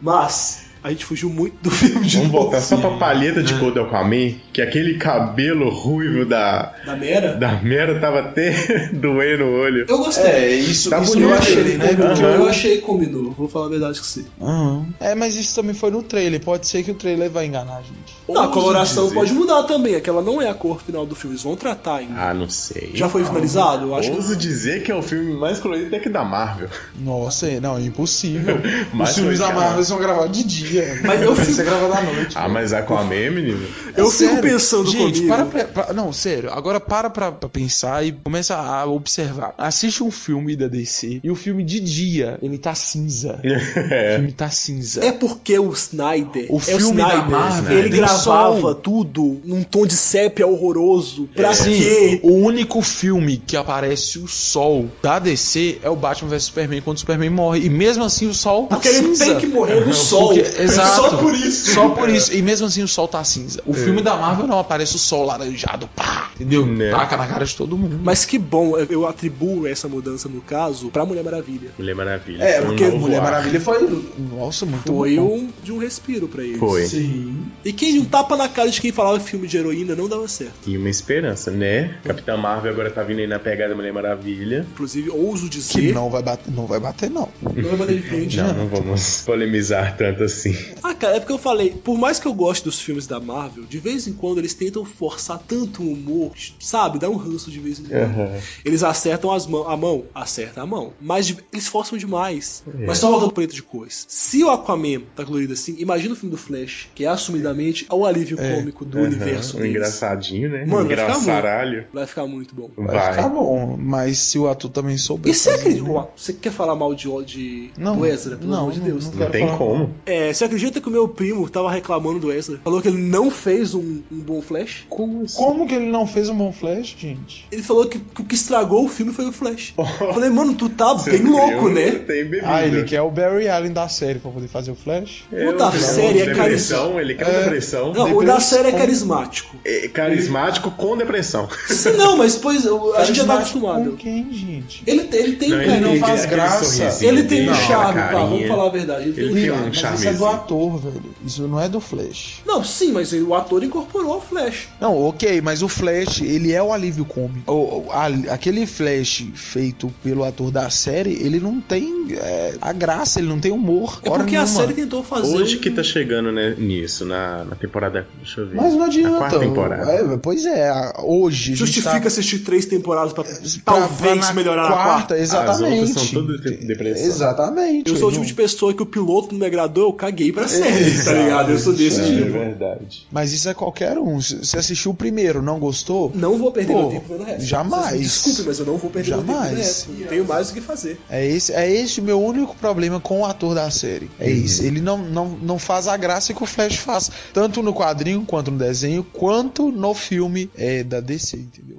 S4: Mas, a gente fugiu muito do filme de
S5: Vamos
S4: novo.
S5: voltar só pra palheta de cor do Aquaman, que aquele cabelo ruivo da,
S4: Da Mera?
S5: da Mera tava até doendo o olho.
S4: Eu gostei.
S3: É, isso,
S5: Tá
S3: isso
S5: bonito,
S4: eu
S3: eu
S4: achei,
S3: achei, né?
S4: combinou.
S5: Aham.
S4: Eu achei que combinou. Vou falar a verdade com você.
S3: Aham. É, mas isso também foi no trailer. Pode ser que o trailer vai enganar a gente.
S4: Não, a coloração
S5: dizer.
S4: pode mudar também. Aquela não é a cor final do filme. Eles vão tratar ainda.
S5: Ah, não sei.
S4: Já foi
S3: então.
S4: finalizado? Eu acho que
S5: Ouso dizer que é o filme mais colorido até que da Marvel.
S3: Nossa, é- não, é impossível.
S5: Mas
S3: Os filmes
S5: foi,
S3: da
S5: cara.
S3: Marvel são gravados de dia.
S13: dia. Mas eu fico... Você gravado à noite.
S5: Ah, mas Aquaman, menino.
S4: Eu fico pensando
S3: tá gente,
S4: comigo.
S3: Para pra, pra- não, sério. Agora para pra, pra pensar e começa a observar. Assiste um filme da DC e o filme de dia, ele tá cinza.
S5: É.
S3: O filme tá cinza.
S4: É porque o Snyder,
S3: O
S4: é
S3: filme
S4: Snyder,
S3: da Marvel
S4: ele
S3: tem
S4: gravava
S3: sol.
S4: tudo num tom de sépia horroroso. Pra
S3: É. Sim,
S4: quê?
S3: o único filme que aparece o sol da DC é o Batman vs Superman quando o Superman morre. E mesmo assim o sol tá
S13: Porque ele
S3: cinza.
S13: tem que morrer no
S3: Porque-
S13: sol.
S3: exato.
S13: Só por isso.
S3: Só por isso. E mesmo assim o sol tá cinza. O filme da Marvel não aparece o sol laranjado, pá, entendeu? Taca na cara de todo mundo.
S4: Mas que bom, eu- eu atribuo essa mudança, no caso, pra Mulher Maravilha.
S5: Mulher Maravilha.
S13: É,
S5: Foi um
S13: porque
S5: novo
S13: Mulher
S5: ar.
S13: Maravilha foi.
S3: um Nossa, muito
S4: Foi
S3: bom.
S4: um, de um respiro pra eles.
S5: Foi.
S13: Sim.
S4: E quem um tapa na cara de quem falava filme de heroína não dava certo.
S5: E uma esperança, né? Capitã Marvel agora tá vindo aí na pegada Mulher Maravilha.
S4: Inclusive, ouso dizer.
S3: Que não vai bater, não vai bater, não.
S4: Não vai bater de frente.
S5: Não, não vamos polemizar tanto assim.
S4: Ah, cara, é porque eu falei, por mais que eu goste dos filmes da Marvel, de vez em quando eles tentam forçar tanto o humor, sabe? Dá um ranço de vez em quando.
S5: Aham.
S4: Eles acertam as mão, a mão, acerta a mão. Mas de- eles forçam demais.
S5: É.
S4: Mas só voltando pro preto de cores. Se o Aquaman tá colorido assim, imagina o filme do Flash, que é assumidamente o alívio cômico do
S5: É. Aham.
S4: universo
S5: Um
S4: deles.
S5: engraçadinho, né?
S4: Mano, vai ficar
S5: Engraçaralho.
S4: Vai ficar muito bom.
S5: Vai.
S3: Vai ficar Tá bom, mas se o ator também souber.
S4: E você
S3: fazer,
S4: acredita?
S3: né?
S4: Ó, Você quer falar mal de, de
S3: Não,
S4: do Ezra, pelo
S3: não,
S4: amor de
S3: não,
S4: Deus?
S3: não
S5: Não
S3: Quero
S5: tem
S3: falar.
S5: como.
S4: É, você acredita que o meu primo tava reclamando do Ezra? Falou que ele não fez um, um bom Flash?
S5: Como assim?
S3: Como que ele não fez um bom flash, gente?
S4: Ele falou que, que o que estragou o filme foi o Flash.
S5: Oh.
S4: Eu
S5: Você
S4: falei, mano, tu tá bem
S5: não
S4: louco,
S5: viu?
S4: né?
S5: Tem bebido.
S3: Ah, ele quer o Barry Allen da série pra poder fazer o flash?
S5: É,
S4: Puta,
S5: o vilão
S4: série é
S5: de
S4: carisma-
S5: depressão, ele quer uma
S3: É.
S5: depressão.
S4: Não, o da
S3: Depois-
S4: série é carismático.
S5: É carismático com depressão.
S4: Sim, não, mas pois a gente já tá
S3: Carismático Com
S4: acostumado.
S3: quem, gente?
S4: Ele, tem- ele tem um
S5: Não,
S3: ele não
S4: carinho.
S3: faz
S5: aquele
S3: graça.
S5: sorrisinho
S4: Ele tem um
S5: dele,
S4: charme,
S5: aquela
S4: pá, vamos
S5: carinha.
S4: falar a verdade. Ele,
S5: Ele
S4: tem um
S5: tem um
S4: charme.
S3: mas isso é
S5: charmezinho.
S3: do ator, velho. Isso não é do Flash.
S5: um
S4: Não, sim, mas ele- o ator incorporou o Flash.
S3: Não, ok, mas o Flash, ele é o alívio cômico. O- o- a- aquele Flash feito pelo ator da série, ele não tem é, a graça, ele não tem humor.
S4: É
S3: hora
S4: porque a
S3: nenhuma.
S4: série tentou fazer.
S5: Hoje
S4: um-
S5: que tá chegando né, nisso, na, na temporada. Deixa eu ver.
S3: Mas não adianta.
S5: Na É quarta temporada.
S3: É, pois é, a- hoje. a gente
S4: Justifica
S3: tá-
S4: assistir três temporadas pra
S3: pra- pra
S4: talvez
S3: na
S4: melhorar a quarta.
S3: Exatamente.
S5: As outras são todas de- depressão.
S3: Exatamente.
S4: Eu sou o
S3: não-
S4: tipo de pessoa que o piloto não me agradou, eu caguei pra série, tá ligado? Eu sou desse
S5: É
S4: tipo.
S5: verdade.
S3: Mas isso é qualquer um. Se se assistiu o primeiro, não gostou?
S4: Não vou perder
S3: Pô,
S4: meu tempo vendo resto.
S3: jamais.
S4: Vocês me Desculpe, mas eu não vou perder meu tempo vendo
S3: Jamais.
S4: resto. Não tenho mais o que fazer.
S3: É esse, é esse o meu único problema com o ator da série. É
S5: Uhum.
S3: isso. Ele não, não, não faz a graça que o Flash faz. Tanto no quadrinho, quanto no desenho, quanto no filme é, da DC, entendeu?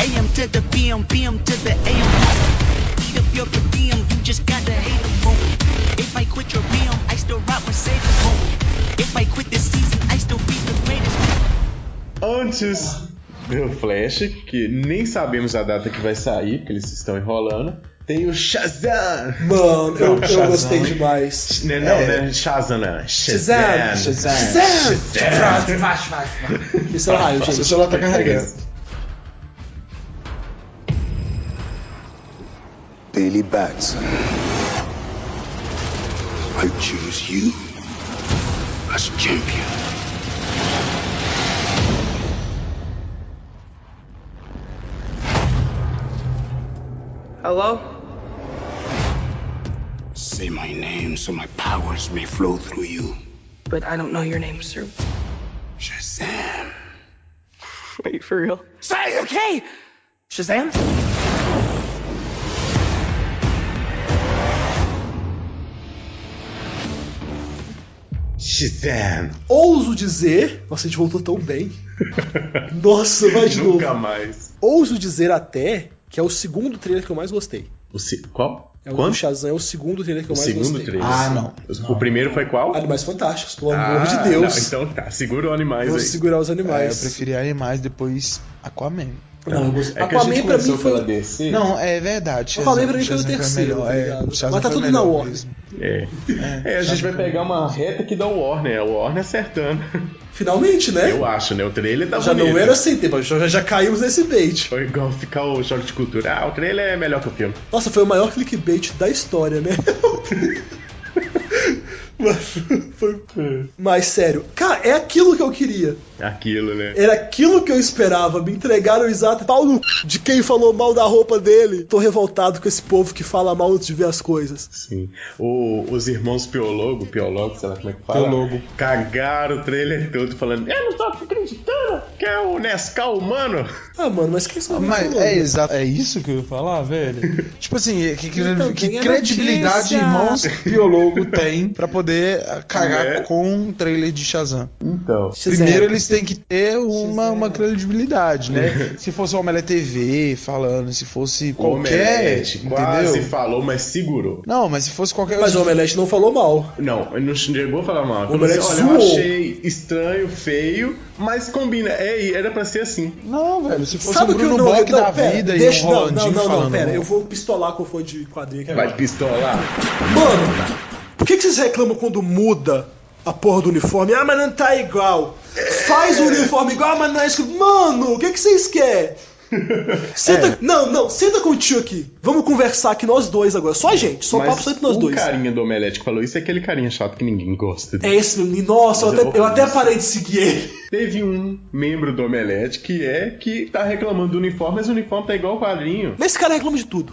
S14: AM to the PM, PM to the AM. Eat up your per diem, you just gotta hate them home. If I quit your PM, I still rock Mercedes home. If I quit this season, I still be the greatest.
S5: Antes do Flash, que nem sabemos a data que vai sair, porque eles estão enrolando, tem o Shazam!
S4: Mano, eu, eu
S5: Shazam.
S4: gostei demais.
S5: Né, Não, né? Shazam, não.
S4: É. Shazam! Shazam! Esse é o raio, gente.
S3: Seu celular tá carregando.
S15: Billy Batson. I choose you as champion.
S16: Hello?
S15: Say my name so my powers may flow through you.
S16: But I don't know your name, sir.
S15: Shazam.
S16: Wait, for real? Say, okay! Shazam?
S5: Shazam!
S4: Ouso dizer. Nossa, a gente voltou tão bem. Nossa, vai de novo.
S5: Nunca mais.
S4: Ouso dizer até que é o segundo trailer que eu mais gostei.
S5: O se... Qual?
S4: É o do
S5: Quanto?
S4: Shazam é o segundo trailer que
S5: O
S4: eu mais
S5: segundo
S4: gostei.
S5: trailer.
S3: Ah, não.
S5: O primeiro foi qual?
S4: Animais Fantásticos, pelo
S5: Ah,
S4: amor de Deus.
S5: não, então tá, segura o
S4: Vamos
S5: animais aí.
S4: segurar os
S3: É, eu
S4: animais.
S3: preferi animais, depois Aquaman.
S4: Não, eu gostei.
S5: É que a
S4: Aquaman
S5: gente
S4: pra mim
S5: começou
S4: foi.
S5: pela DC.
S3: Não, é verdade.
S4: Aquaman
S3: Shazam-
S4: pra mim foi o
S3: Shazam
S4: terceiro,
S3: melhor,
S4: tá
S3: é,
S4: ligado?
S3: Shazam
S4: Mas tá
S3: foi
S4: tudo
S3: melhor
S4: na ordem.
S3: mesmo.
S5: É.
S3: É,
S5: É, a gente
S3: Shazam
S5: vai pegar uma reta que dá o Warner. O Warner acertando.
S4: Finalmente, né?
S5: Eu acho, né? O trailer tá
S4: já
S5: bonito.
S4: não era assim, tempo, já, já caímos nesse bait.
S5: Foi igual ficar o choque de cultura. Ah, o trailer é melhor que o filme.
S4: Nossa, foi o maior clickbait da história, né? Mas, foi- mas sério, cara, é aquilo que eu queria.
S5: Aquilo, né?
S4: Era aquilo que eu esperava. Me entregaram o exato pau no c- de quem falou mal da roupa dele. Tô revoltado com esse povo que fala mal antes de ver as coisas.
S5: Sim. O- os irmãos Piologo, Piologo, sei lá como é que fala.
S4: Piologo.
S5: Cagaram o trailer todo falando. Eu não tô acreditando que é o Nescau humano.
S4: Ah, mano, mas quem
S5: são
S3: Mas
S4: né?
S3: é, exa- é isso que eu ia falar, velho? tipo assim, que, que-
S5: Então,
S3: que
S5: tem a
S3: credibilidade
S5: notícia.
S3: irmãos biólogo tem pra poder ah, cagar
S5: É.
S3: com um trailer de Shazam?
S5: Então.
S3: Primeiro eles têm que ter uma, uma credibilidade, né? se fosse o Omelete TV falando, se fosse qualquer.
S5: Omelete quase
S3: entendeu?
S5: falou, mas segurou.
S3: Não, mas se fosse qualquer.
S5: Mas o
S4: Omelete não falou mal.
S5: Não, ele não chegou a falar mal.
S3: O
S5: Ele falou assim, Olha,
S3: Omelete
S5: eu
S3: zoou."
S5: achei estranho, feio, mas combina. É, e era pra ser assim.
S3: Não, velho, se
S4: Sabe o que eu não
S3: Bock
S4: não,
S3: da
S4: pera,
S3: vida e
S4: deixa,
S3: um
S4: não, não,
S3: Rolandinho
S4: não, não,
S3: falando
S4: pera,
S3: mal.
S4: eu vou pistolar com o fã de quadrinho aqui agora.
S5: Vai pistolar.
S4: Mano, por que, que vocês reclamam quando muda a porra do uniforme? Ah, mas não tá igual. Faz o uniforme igual, mas não é escrito. Mano, o que, que vocês querem? Senta,
S5: É.
S4: Não, não, senta com o tio aqui. Vamos conversar aqui nós dois agora. Só a gente, só
S5: Mas um
S4: papo só entre nós
S5: o
S4: dois.
S5: carinha do Omelete que falou isso é aquele carinha chato que ninguém gosta.
S4: É esse, nossa, eu
S5: Mas eu
S4: até,
S5: vou-
S4: eu até parei de seguir ele.
S5: Teve um membro do Omelete que é que tá reclamando do uniforme, mas o uniforme tá igual o quadrinho.
S4: Mas esse cara reclama de tudo.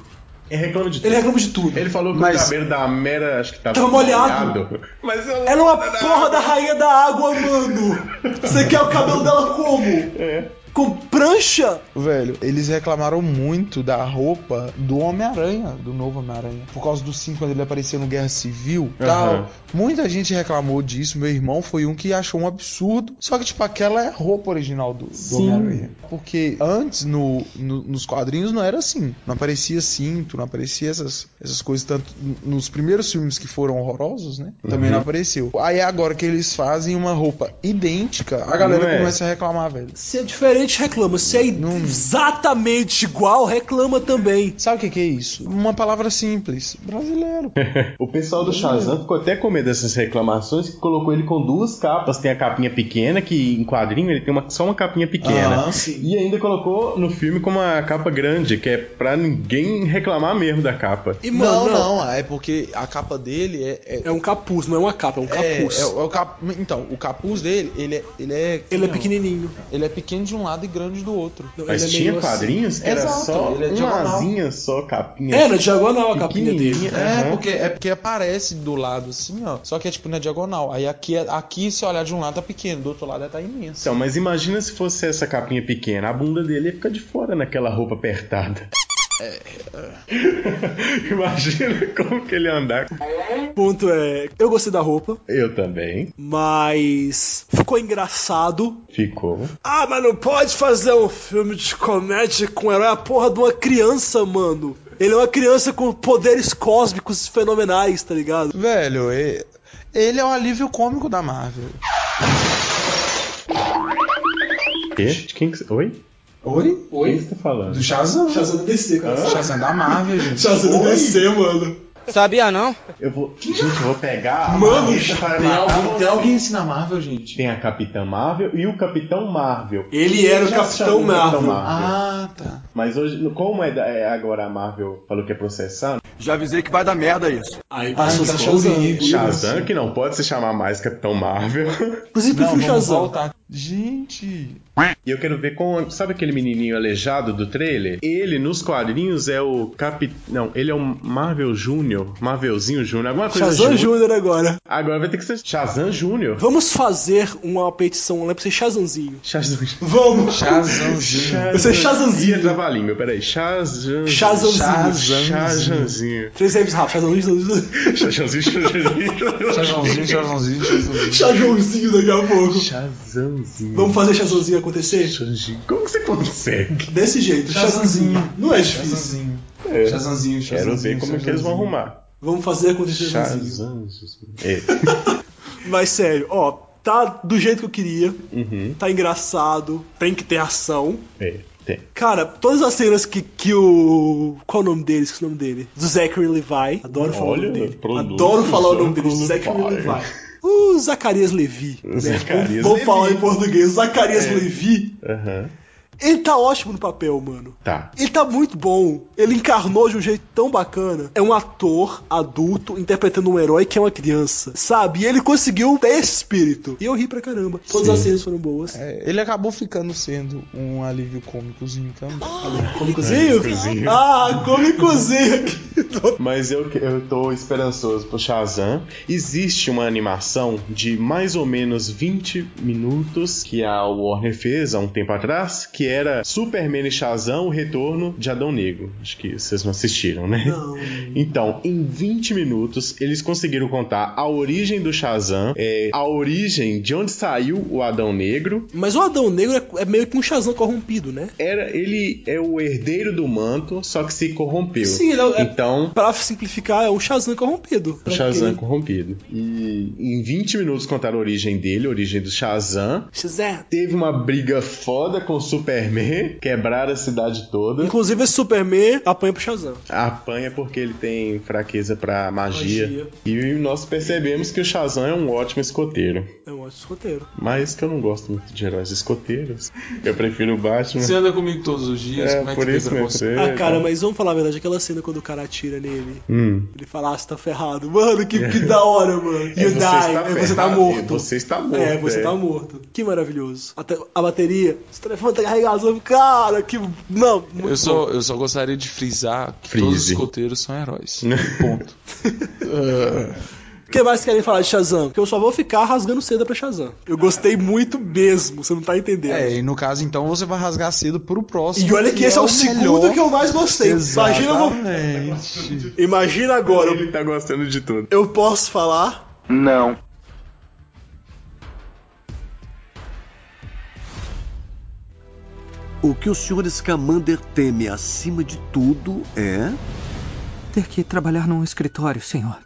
S5: Ele reclama de tudo.
S4: Ele reclama de tudo.
S5: Ele falou que
S4: Mas-
S5: o cabelo da Mera, acho que tava,
S4: Tava molhado.
S5: Mas eu...
S4: Ela é uma porra da rainha da água, mano. Você quer o cabelo dela como?
S3: É.
S4: Com prancha?
S3: Velho, eles reclamaram muito da roupa do Homem-Aranha, do novo Homem-Aranha. Por causa do 5 quando ele apareceu no Guerra Civil e
S5: Aham.
S3: tal. Muita gente reclamou disso. Meu irmão foi um que achou um absurdo. Só que, tipo, aquela é a roupa original do, do Homem-Aranha. Porque antes, no, no- nos quadrinhos, não era assim. Não aparecia cinto, não aparecia essas, essas coisas. Tanto n- nos primeiros filmes que foram horrorosos, né? Também
S5: Uhum.
S3: não apareceu. Aí agora que eles fazem uma roupa idêntica, a galera
S5: Não é?
S3: começa a reclamar, velho.
S4: Se é diferente, reclama. Se é exatamente igual, reclama também.
S3: Sabe o que, que é isso? Uma palavra simples. Brasileiro.
S5: O pessoal do Shazam ficou até com medo dessas reclamações que colocou ele com duas capas. Tem a capinha pequena, que em quadrinho ele tem uma- só uma capinha pequena.
S3: Ah,
S5: e ainda colocou no filme com uma capa grande, que é pra ninguém reclamar mesmo da capa.
S3: não, não, é porque a capa dele é. É,
S4: um capuz, não é uma capa, é um capuz.
S3: É, o cap... Então, o capuz dele, ele é. Ele é,
S4: Ele é
S3: não,
S4: pequenininho.
S3: Ele é pequeno de um lado e grande do outro.
S5: Mas tinha quadrinhos que era
S3: é assim. Exato,
S5: só
S3: ele é
S5: uma
S3: diagonal.
S5: asinha só, capinha.
S4: É, Era diagonal a capinha
S5: pequenininha.
S4: dele.
S3: É,
S5: Aham.
S3: porque, é porque aparece do lado assim, ó. Só que é tipo na diagonal. Aí aqui, aqui se olhar de um lado tá pequeno, do outro lado tá imenso.
S5: Então, mas imagina se fosse essa capinha pequena. A bunda dele ia ficar de fora naquela roupa apertada. imagina como que ele ia andar.
S4: Ponto é, eu gostei da roupa,
S5: Eu também.
S4: mas ficou engraçado.
S5: Ficou.
S4: Ah, mas não pode fazer um filme de comédia com um herói a porra de uma criança, mano. Ele é uma criança com poderes cósmicos fenomenais, tá ligado?
S3: Velho, e- ele é o alívio cômico da Marvel.
S5: Quê? De quem que você... Oi?
S3: Oi?
S5: Oi? O que você tá falando?
S3: Do Shazam.
S4: Shazam da DC, cara.
S3: Shazam da Marvel, gente.
S4: Shazam da
S5: Oi?
S4: DC, mano.
S16: Sabia não?
S5: Eu vou. Gente, eu vou pegar.
S3: Mano,
S5: tem,
S3: alguém- tem alguém assim na Marvel, gente?
S5: Tem a Capitã Marvel e o Capitão Marvel.
S4: Ele era o
S5: já se chamou
S4: Capitão Marvel.
S3: Ah, tá.
S5: Mas hoje, no- como é, da- é agora a Marvel falou que é processando?
S15: Já avisei que vai dar merda isso.
S4: Aí
S3: passou tá Shazam.
S4: Uhum.
S5: Shazam, que não pode se chamar mais Capitão Marvel.
S4: Inclusive, prefiro
S3: Não, vamos
S4: Shazam.
S3: voltar. Gente,
S5: E eu quero ver com. Sabe aquele menininho aleijado do trailer? Ele, nos quadrinhos, é o Cap. Não, ele é o Marvel Júnior. Marvelzinho Júnior. Alguma coisa
S4: Shazam
S5: Júnior.
S4: Júnior agora.
S5: Agora vai ter que ser Shazam Júnior.
S4: Vamos fazer uma petição lá pra ser Shazamzinho.
S5: Shazam.
S4: Vamos!
S3: Shazamzinho.
S4: Vai ser é Shazamzinho.
S5: Ia travar a língua, peraí. Shazam.
S4: Shazamzinho.
S5: Shazamzinho.
S4: Três vezes rápido, Shazamzinho,
S5: Shazamzinho. Shazamzinho.
S3: Shazamzinho, Shazamzinho, Shazamzinho.
S4: Shazamzinho daqui a pouco.
S5: Shazamzinho.
S4: Vamos fazer Shazamzinho acontecer?
S5: Shazamzinho. Como que você consegue?
S4: Desse jeito, Shazamzinho. Não é difícil.
S5: É.
S3: Shazamzinho,
S5: Quero ver como é que eles vão arrumar.
S4: Vamos fazer acontecer Shazamzinho.
S5: Shazamzinho. É.
S4: Mas sério, ó, tá do jeito que eu queria,
S5: Uhum.
S4: tá engraçado, tem que ter ação.
S5: É. Tem.
S4: Cara, todas as cenas que, que o. Qual o nome dele? Esqueci o nome dele. Do Zachary Levi. Adoro falar o
S5: Olha,
S4: nome dele.
S5: produto,
S4: Adoro falar o nome dele.
S5: Zachary Levi.
S4: Zachary Levi. O Zacarias Levi. né?
S5: Zacarias
S4: Vou
S5: Levi. É.
S4: falar em português. Zacarias Levi.
S5: Aham.
S4: Ele tá ótimo no papel, mano.
S5: Tá.
S4: Ele tá muito bom. Ele encarnou de um jeito tão bacana. É um ator adulto interpretando um herói que é uma criança, sabe? E ele conseguiu ter esse espírito. E eu ri pra caramba. Todas
S3: Sim.
S4: as cenas foram boas.
S3: É, ele acabou ficando sendo um alívio cômicozinho também.
S4: Cômicozinho?
S5: Cômicozinho.
S4: Ah, cômicozinho.
S5: Mas eu, eu tô esperançoso pro Shazam. Existe uma animação de mais ou menos 20 minutos que a Warner fez há um tempo atrás, que era Superman e Shazam, o retorno de Adão Negro. Acho que vocês não assistiram, né?
S4: Não.
S5: Então, em 20 minutos, eles conseguiram contar a origem do Shazam, é, a origem de onde saiu o Adão Negro,
S4: Mas o Adão Negro é, é meio que um Shazam corrompido, né?
S5: era ele é o herdeiro do manto, só que se corrompeu.
S4: Sim, ele é- é-
S5: Então,
S4: Pra simplificar, é um Shazam corrompido.
S5: o
S4: Pra
S5: Shazam
S4: quem-
S5: corrompido. E em 20 minutos contaram a origem dele, a origem do Shazam.
S4: Shazam.
S5: Teve uma briga foda com o Superman, quebraram a cidade toda.
S4: Inclusive, esse Superman apanha pro Shazam.
S5: Apanha porque ele tem fraqueza pra magia.
S4: Magia.
S5: E nós percebemos que o Shazam é um ótimo escoteiro.
S4: É um ótimo roteiro.
S5: Mas que eu não gosto muito de heróis escoteiros. Eu prefiro o Batman.
S7: Você anda comigo todos os dias,
S5: É,
S7: como é que
S5: por
S7: tem
S5: isso
S7: pra
S5: mesmo,
S7: você?
S5: é.
S4: Ah, cara, mas vamos falar a verdade, aquela cena quando o cara atira nele.
S5: Hum.
S4: Ele fala, ah, você tá ferrado. Mano, que, que da hora, mano. You
S5: É,
S4: die, é, você tá
S5: ferrado,
S4: morto.
S5: Você está morto.
S4: É, você tá morto. Que maravilhoso. Até a bateria, esse telefone tá carregado. Cara, que. Não, muito
S3: Eu só,
S4: bom.
S3: eu só gostaria de frisar que
S5: Frise.
S3: todos os escoteiros são heróis. Ponto. É.
S4: O que mais querem falar de Shazam? Porque eu só vou ficar rasgando seda pra Shazam. Eu gostei muito mesmo, você não tá entendendo.
S3: É, e no caso, então, você vai rasgar cedo pro próximo.
S4: E olha que esse é o segundo que eu mais gostei. Imagina, eu vou-
S3: Exatamente.
S4: Imagina agora,
S5: Ele tá gostando de tudo.
S4: eu posso falar.
S5: Não.
S17: O que o Sr. Scamander teme acima de tudo é.
S18: Ter que trabalhar num escritório, senhor.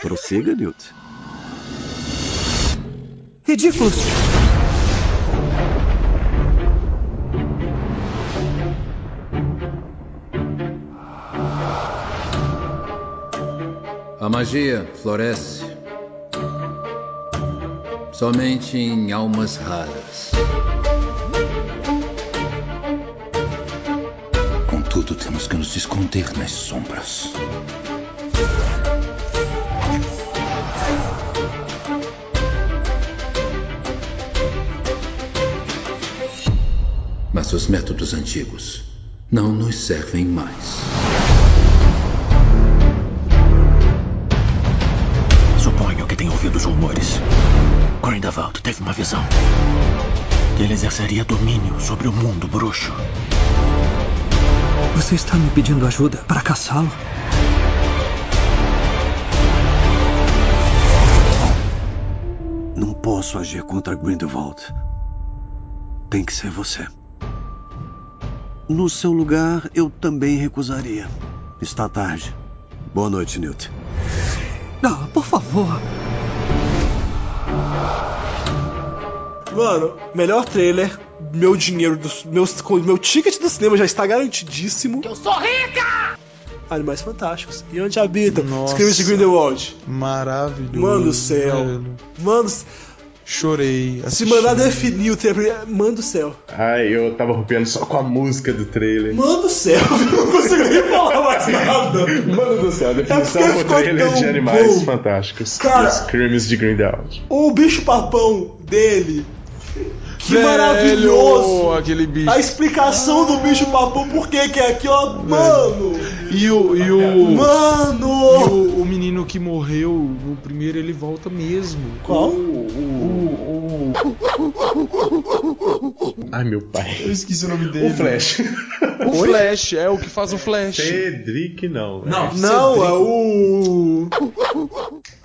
S17: Prossiga, Newt.
S18: Ridículos!
S19: A magia floresce somente em almas raras.
S15: Contudo, temos que nos esconder nas sombras.
S19: Mas os métodos antigos não nos servem mais.
S15: Suponho que tenha ouvido os rumores. Grindelwald teve uma visão. Ele exerceria domínio sobre o mundo bruxo.
S18: Você está me pedindo ajuda para caçá-lo?
S17: Não posso agir contra Grindelwald. Tem que ser você. No seu lugar, eu também recusaria. Está tarde. Boa noite, Newt.
S18: Não, por favor.
S4: Mano, melhor trailer. Meu dinheiro, dos, meus, com- meu ticket do cinema já está garantidíssimo. Eu sou rica! Animais Fantásticos. E onde habitam?
S3: Nossa.
S4: Os crimes de Grindelwald.
S3: Maravilhoso.
S4: Mano do céu.
S3: velho.
S4: Mano,
S3: Chorei.
S4: se
S3: assisti.
S4: mandar definir o trailer. Mano do céu.
S5: Ai, eu tava rupiando só com a música do trailer.
S4: Mano do céu. Eu não consigo nem falar mais nada.
S5: Mano do céu, Então, a definição
S4: É porque
S5: pro
S4: ficou
S5: trailer
S4: tão
S5: de animais
S4: bom.
S5: fantásticos.
S4: Cara-
S5: Os crimes de Grindelwald.
S4: O bicho-papão dele. Que
S3: Velho,
S4: maravilhoso.
S3: Aquele bicho.
S4: A explicação do bicho-papão, por que que é aqui, ó. Mano.
S3: E o. E o
S4: Mano!
S3: E o, o menino que morreu no primeiro, ele volta mesmo.
S4: Qual?
S3: O. o,
S5: Ai, meu pai.
S3: Eu esqueci o nome dele.
S5: O Flash.
S3: O Flash, é o que faz o Flash.
S5: Cedric não. velho.
S3: Não,
S4: Não, é o.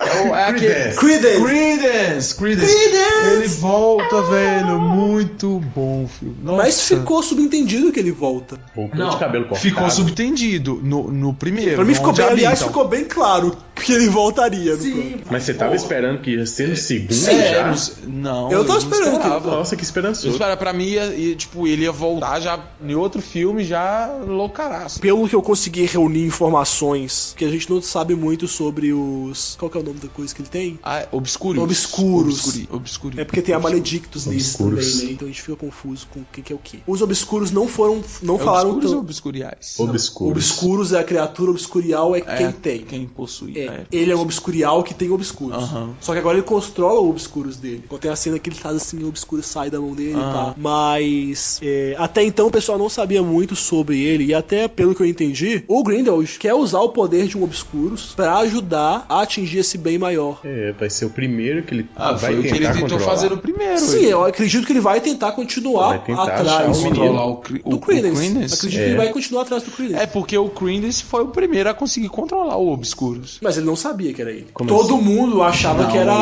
S3: É, o- é aquele.
S5: Creedence.
S4: Creedence.
S3: Creedence! Creedence!
S4: Creedence!
S3: Ele volta, velho. Muito bom, filho. Nossa.
S4: Mas ficou subentendido que ele volta.
S5: Voltou de cabelo cortado.
S3: Ficou subentendido no, no primeiro.
S4: Pra mim ficou
S3: onde
S4: bem, aliás,
S3: habitam.
S4: ficou bem claro Porque ele voltaria Sim, no
S5: próximo. Mas você tava esperando que ia ser no segundo
S3: Sim,
S5: já?
S3: É, Não.
S4: Eu tava esperando. que-
S5: Nossa, que esperançoso.
S3: Espera, pra mim, ia, ia, tipo, ele ia voltar já em outro filme, já loucaraço.
S4: Pelo que eu consegui reunir informações, que a gente não sabe muito sobre os. Qual que é o nome da coisa que ele tem?
S3: Ah, obscuros.
S4: Obscuros.
S3: Obscuri, obsuri.
S4: É porque tem a Maledictus nisso
S3: Obscuros.
S4: também, né? Então a gente fica confuso com o que, que é o que. Os obscuros não foram. Não
S3: É
S4: falaram
S3: obscuros
S4: tão-
S3: ou obscuriais?
S5: Obscuros.
S4: Obscuros é a criatura, obscurial é, quem tem.
S3: Quem possui.
S4: É, Ele é um obscurial que tem obscuros.
S3: Ah, Aham.
S4: Só que agora ele controla o obscuros dele. Quando tem a cena que ele faz assim, o obscuro sai da mão dele e
S3: Aham.
S4: tá. Mas é, até então o pessoal não sabia muito sobre ele. E até pelo que eu entendi, o Grindelwald quer usar o poder de um obscuros pra ajudar a atingir esse bem maior.
S5: É, vai ser o primeiro que ele
S3: Ah,
S5: vai
S3: foi o que
S5: tentar
S3: ele tentou
S5: controlar.
S3: fazer no primeiro.
S4: Sim, é
S3: ele-
S4: eu acredito que ele vai tentar continuar
S5: Vai tentar achar
S4: atrás
S5: o menino.
S4: do,
S3: o, Cri-
S4: do
S3: um o- o
S4: Credence.
S3: Credence?
S4: Acredito
S3: É.
S4: que ele vai continuar atrás do Credence.
S3: É porque o Credence foi o primeiro a conseguir controlar o Obscuros.
S4: Mas ele não sabia que era ele.
S3: Como
S4: Todo
S3: assim?
S4: mundo achava
S3: Não,
S4: que era.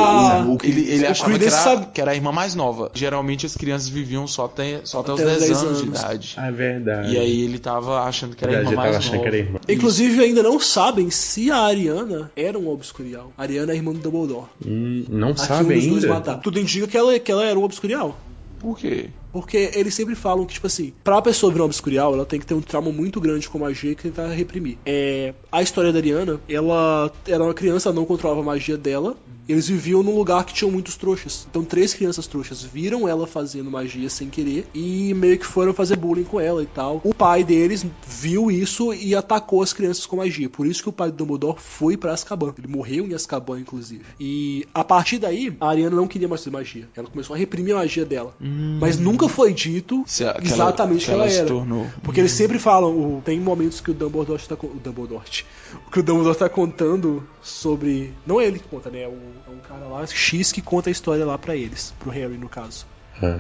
S3: o- o- ele ele
S4: Ah, o
S3: achava que era,
S4: Credence sabe-
S3: que era a irmã mais nova. Geralmente as crianças viviam só até, só até,
S4: Até
S3: os 10, anos, de
S4: anos.
S3: idade.
S5: É verdade.
S3: E aí ele tava achando que era a
S5: Verdade,
S3: irmã
S5: eu tava
S3: mais
S5: achando
S3: nova.
S5: que era irmã.
S4: Inclusive, ainda não sabem se a Ariana era um obscurial. A Ariana é irmã do Dumbledore.
S5: Hum, não
S4: A que
S5: sabe
S4: um dos dois
S5: ainda?
S4: matar. Tudo indica que ela, que ela era um obscurial.
S3: Por quê?
S4: Porque eles sempre falam que, tipo assim, pra pessoa virar um obscurial, ela tem que ter um trauma muito grande com magia que tentar reprimir. É, a história da Ariana, ela era uma criança, ela não controlava a magia dela. Eles viviam num lugar que tinha muitos trouxas. Então, três crianças trouxas viram ela fazendo magia sem querer e meio que foram fazer bullying com ela e tal. O pai deles viu isso e atacou as crianças com magia. Por isso que o pai do Dumbledore foi pra Azkaban. Ele morreu em Azkaban, inclusive. E a partir daí, a Ariana não queria mais fazer magia. Ela começou a reprimir a magia dela. Mas nunca foi dito
S3: Hum. Se a- que ela-
S4: exatamente o
S3: que
S4: que ela,
S3: ela se
S4: era.
S3: tornou.
S4: Porque eles sempre falam, o- tem momentos que o Dumbledore está con- o Dumbledore, o que o Dumbledore está contando sobre, não é ele que conta, né, é um, é um cara lá X que conta a história lá pra eles, pro Harry no caso.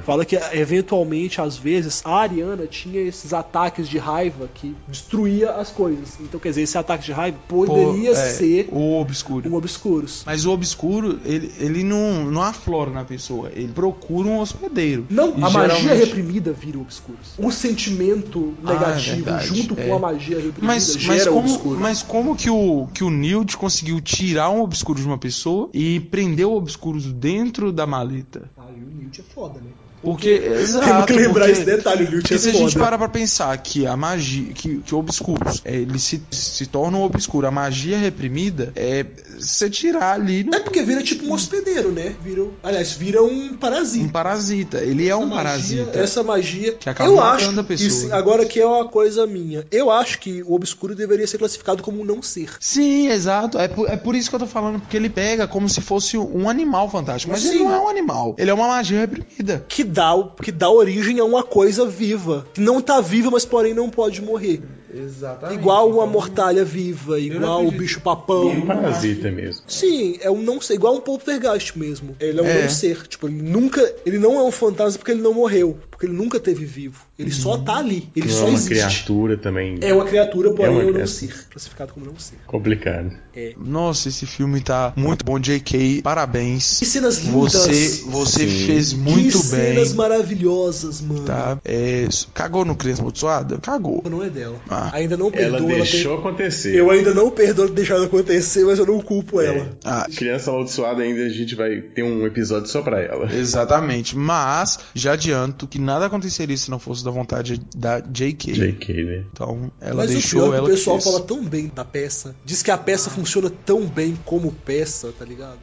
S4: Fala que eventualmente, às vezes, a Ariana tinha esses ataques de raiva que destruía as coisas. Então, quer dizer, esse ataque de raiva poderia
S3: Pô, é,
S4: ser
S3: o obscuro.
S4: um obscuros.
S3: Mas o obscuro, ele, ele não, não aflora na pessoa. Ele procura um hospedeiro.
S4: Não,
S3: E
S4: a magia é
S3: geralmente-
S4: reprimida vira o obscuros. Um sentimento
S3: Ah, é
S4: negativo
S3: verdade,
S4: junto
S3: é.
S4: com a magia reprimida
S3: Mas,
S4: gera
S3: mas,
S4: o
S3: como,
S4: obscuro.
S3: mas como que o, que o Newt conseguiu tirar um obscuro de uma pessoa e prender o obscuro dentro da maleta?
S4: Aí o Newt é foda, né?
S3: Porque, exato,
S4: Temos que lembrar
S3: porque-
S4: esse detalhe, o Newt
S3: porque
S4: é
S3: se a
S4: foda.
S3: gente parar pra pensar que a magia, que, que obscuros, é, eles se, se tornam obscuros, a magia reprimida, é você tirar ali no-
S4: É porque vira tipo
S3: Hum.
S4: um hospedeiro, né? Vira, um- aliás, vira um parasita.
S3: um parasita. Ele é um parasita.
S4: Essa magia.
S3: Que acaba
S4: eu
S3: matando
S4: acho
S3: a pessoa.
S4: que sim, agora que é uma coisa minha. Eu acho que o obscuro deveria ser classificado como um não ser.
S3: Sim, exato. É por, é por isso que eu tô falando, porque ele pega como se fosse um animal fantástico. Mas
S4: Sim.
S3: ele não é um animal. Ele é uma magia reprimida.
S4: Que dá, o- que dá origem a uma coisa viva. Que não tá viva, mas porém não pode morrer.
S13: Exatamente. então.
S4: Igual uma mortalha viva,
S13: não
S4: igual o
S13: acredito.
S4: bicho-papão.
S5: Um parasita mesmo.
S4: Sim, é um não ser, igual um poltergeist mesmo. Ele é um
S5: É.
S4: não ser, tipo, ele nunca, ele não é um fantasma porque ele não morreu, porque ele nunca teve vivo. Ele só
S3: Hum.
S4: tá ali, ele
S5: não
S4: só
S5: é uma
S4: existe.
S5: criatura também.
S4: É um uma criatura, porém
S5: É uma
S4: é um não
S5: criatura.
S4: ser, classificado como não ser.
S5: Complicado.
S3: Nossa, esse filme tá muito bom, JK. Parabéns.
S4: Que cenas lindas.
S3: Você, você
S4: Sim.
S3: fez muito
S4: que
S3: bem.
S4: cenas maravilhosas, mano.
S3: Tá? É, cagou no Criança Amaldiçoada? Cagou.
S4: Não é dela.
S3: Ah.
S4: Ainda não perdoa.
S5: ela deixou
S4: tem-
S5: acontecer.
S4: Eu ainda não perdoo deixar isso acontecer, mas eu não culpo ela.
S3: Ah,
S5: Criança amaldiçoada ainda a gente vai ter um episódio só pra ela.
S3: Exatamente. Mas já adianto que nada aconteceria se não fosse da vontade da JK.
S5: JK, né?
S3: Então, ela
S4: Mas
S3: deixou
S4: o pior é que
S3: ela
S4: o pessoal
S3: que fez.
S4: fala tão bem da peça. Diz que a peça funciona tão bem como peça, tá ligado?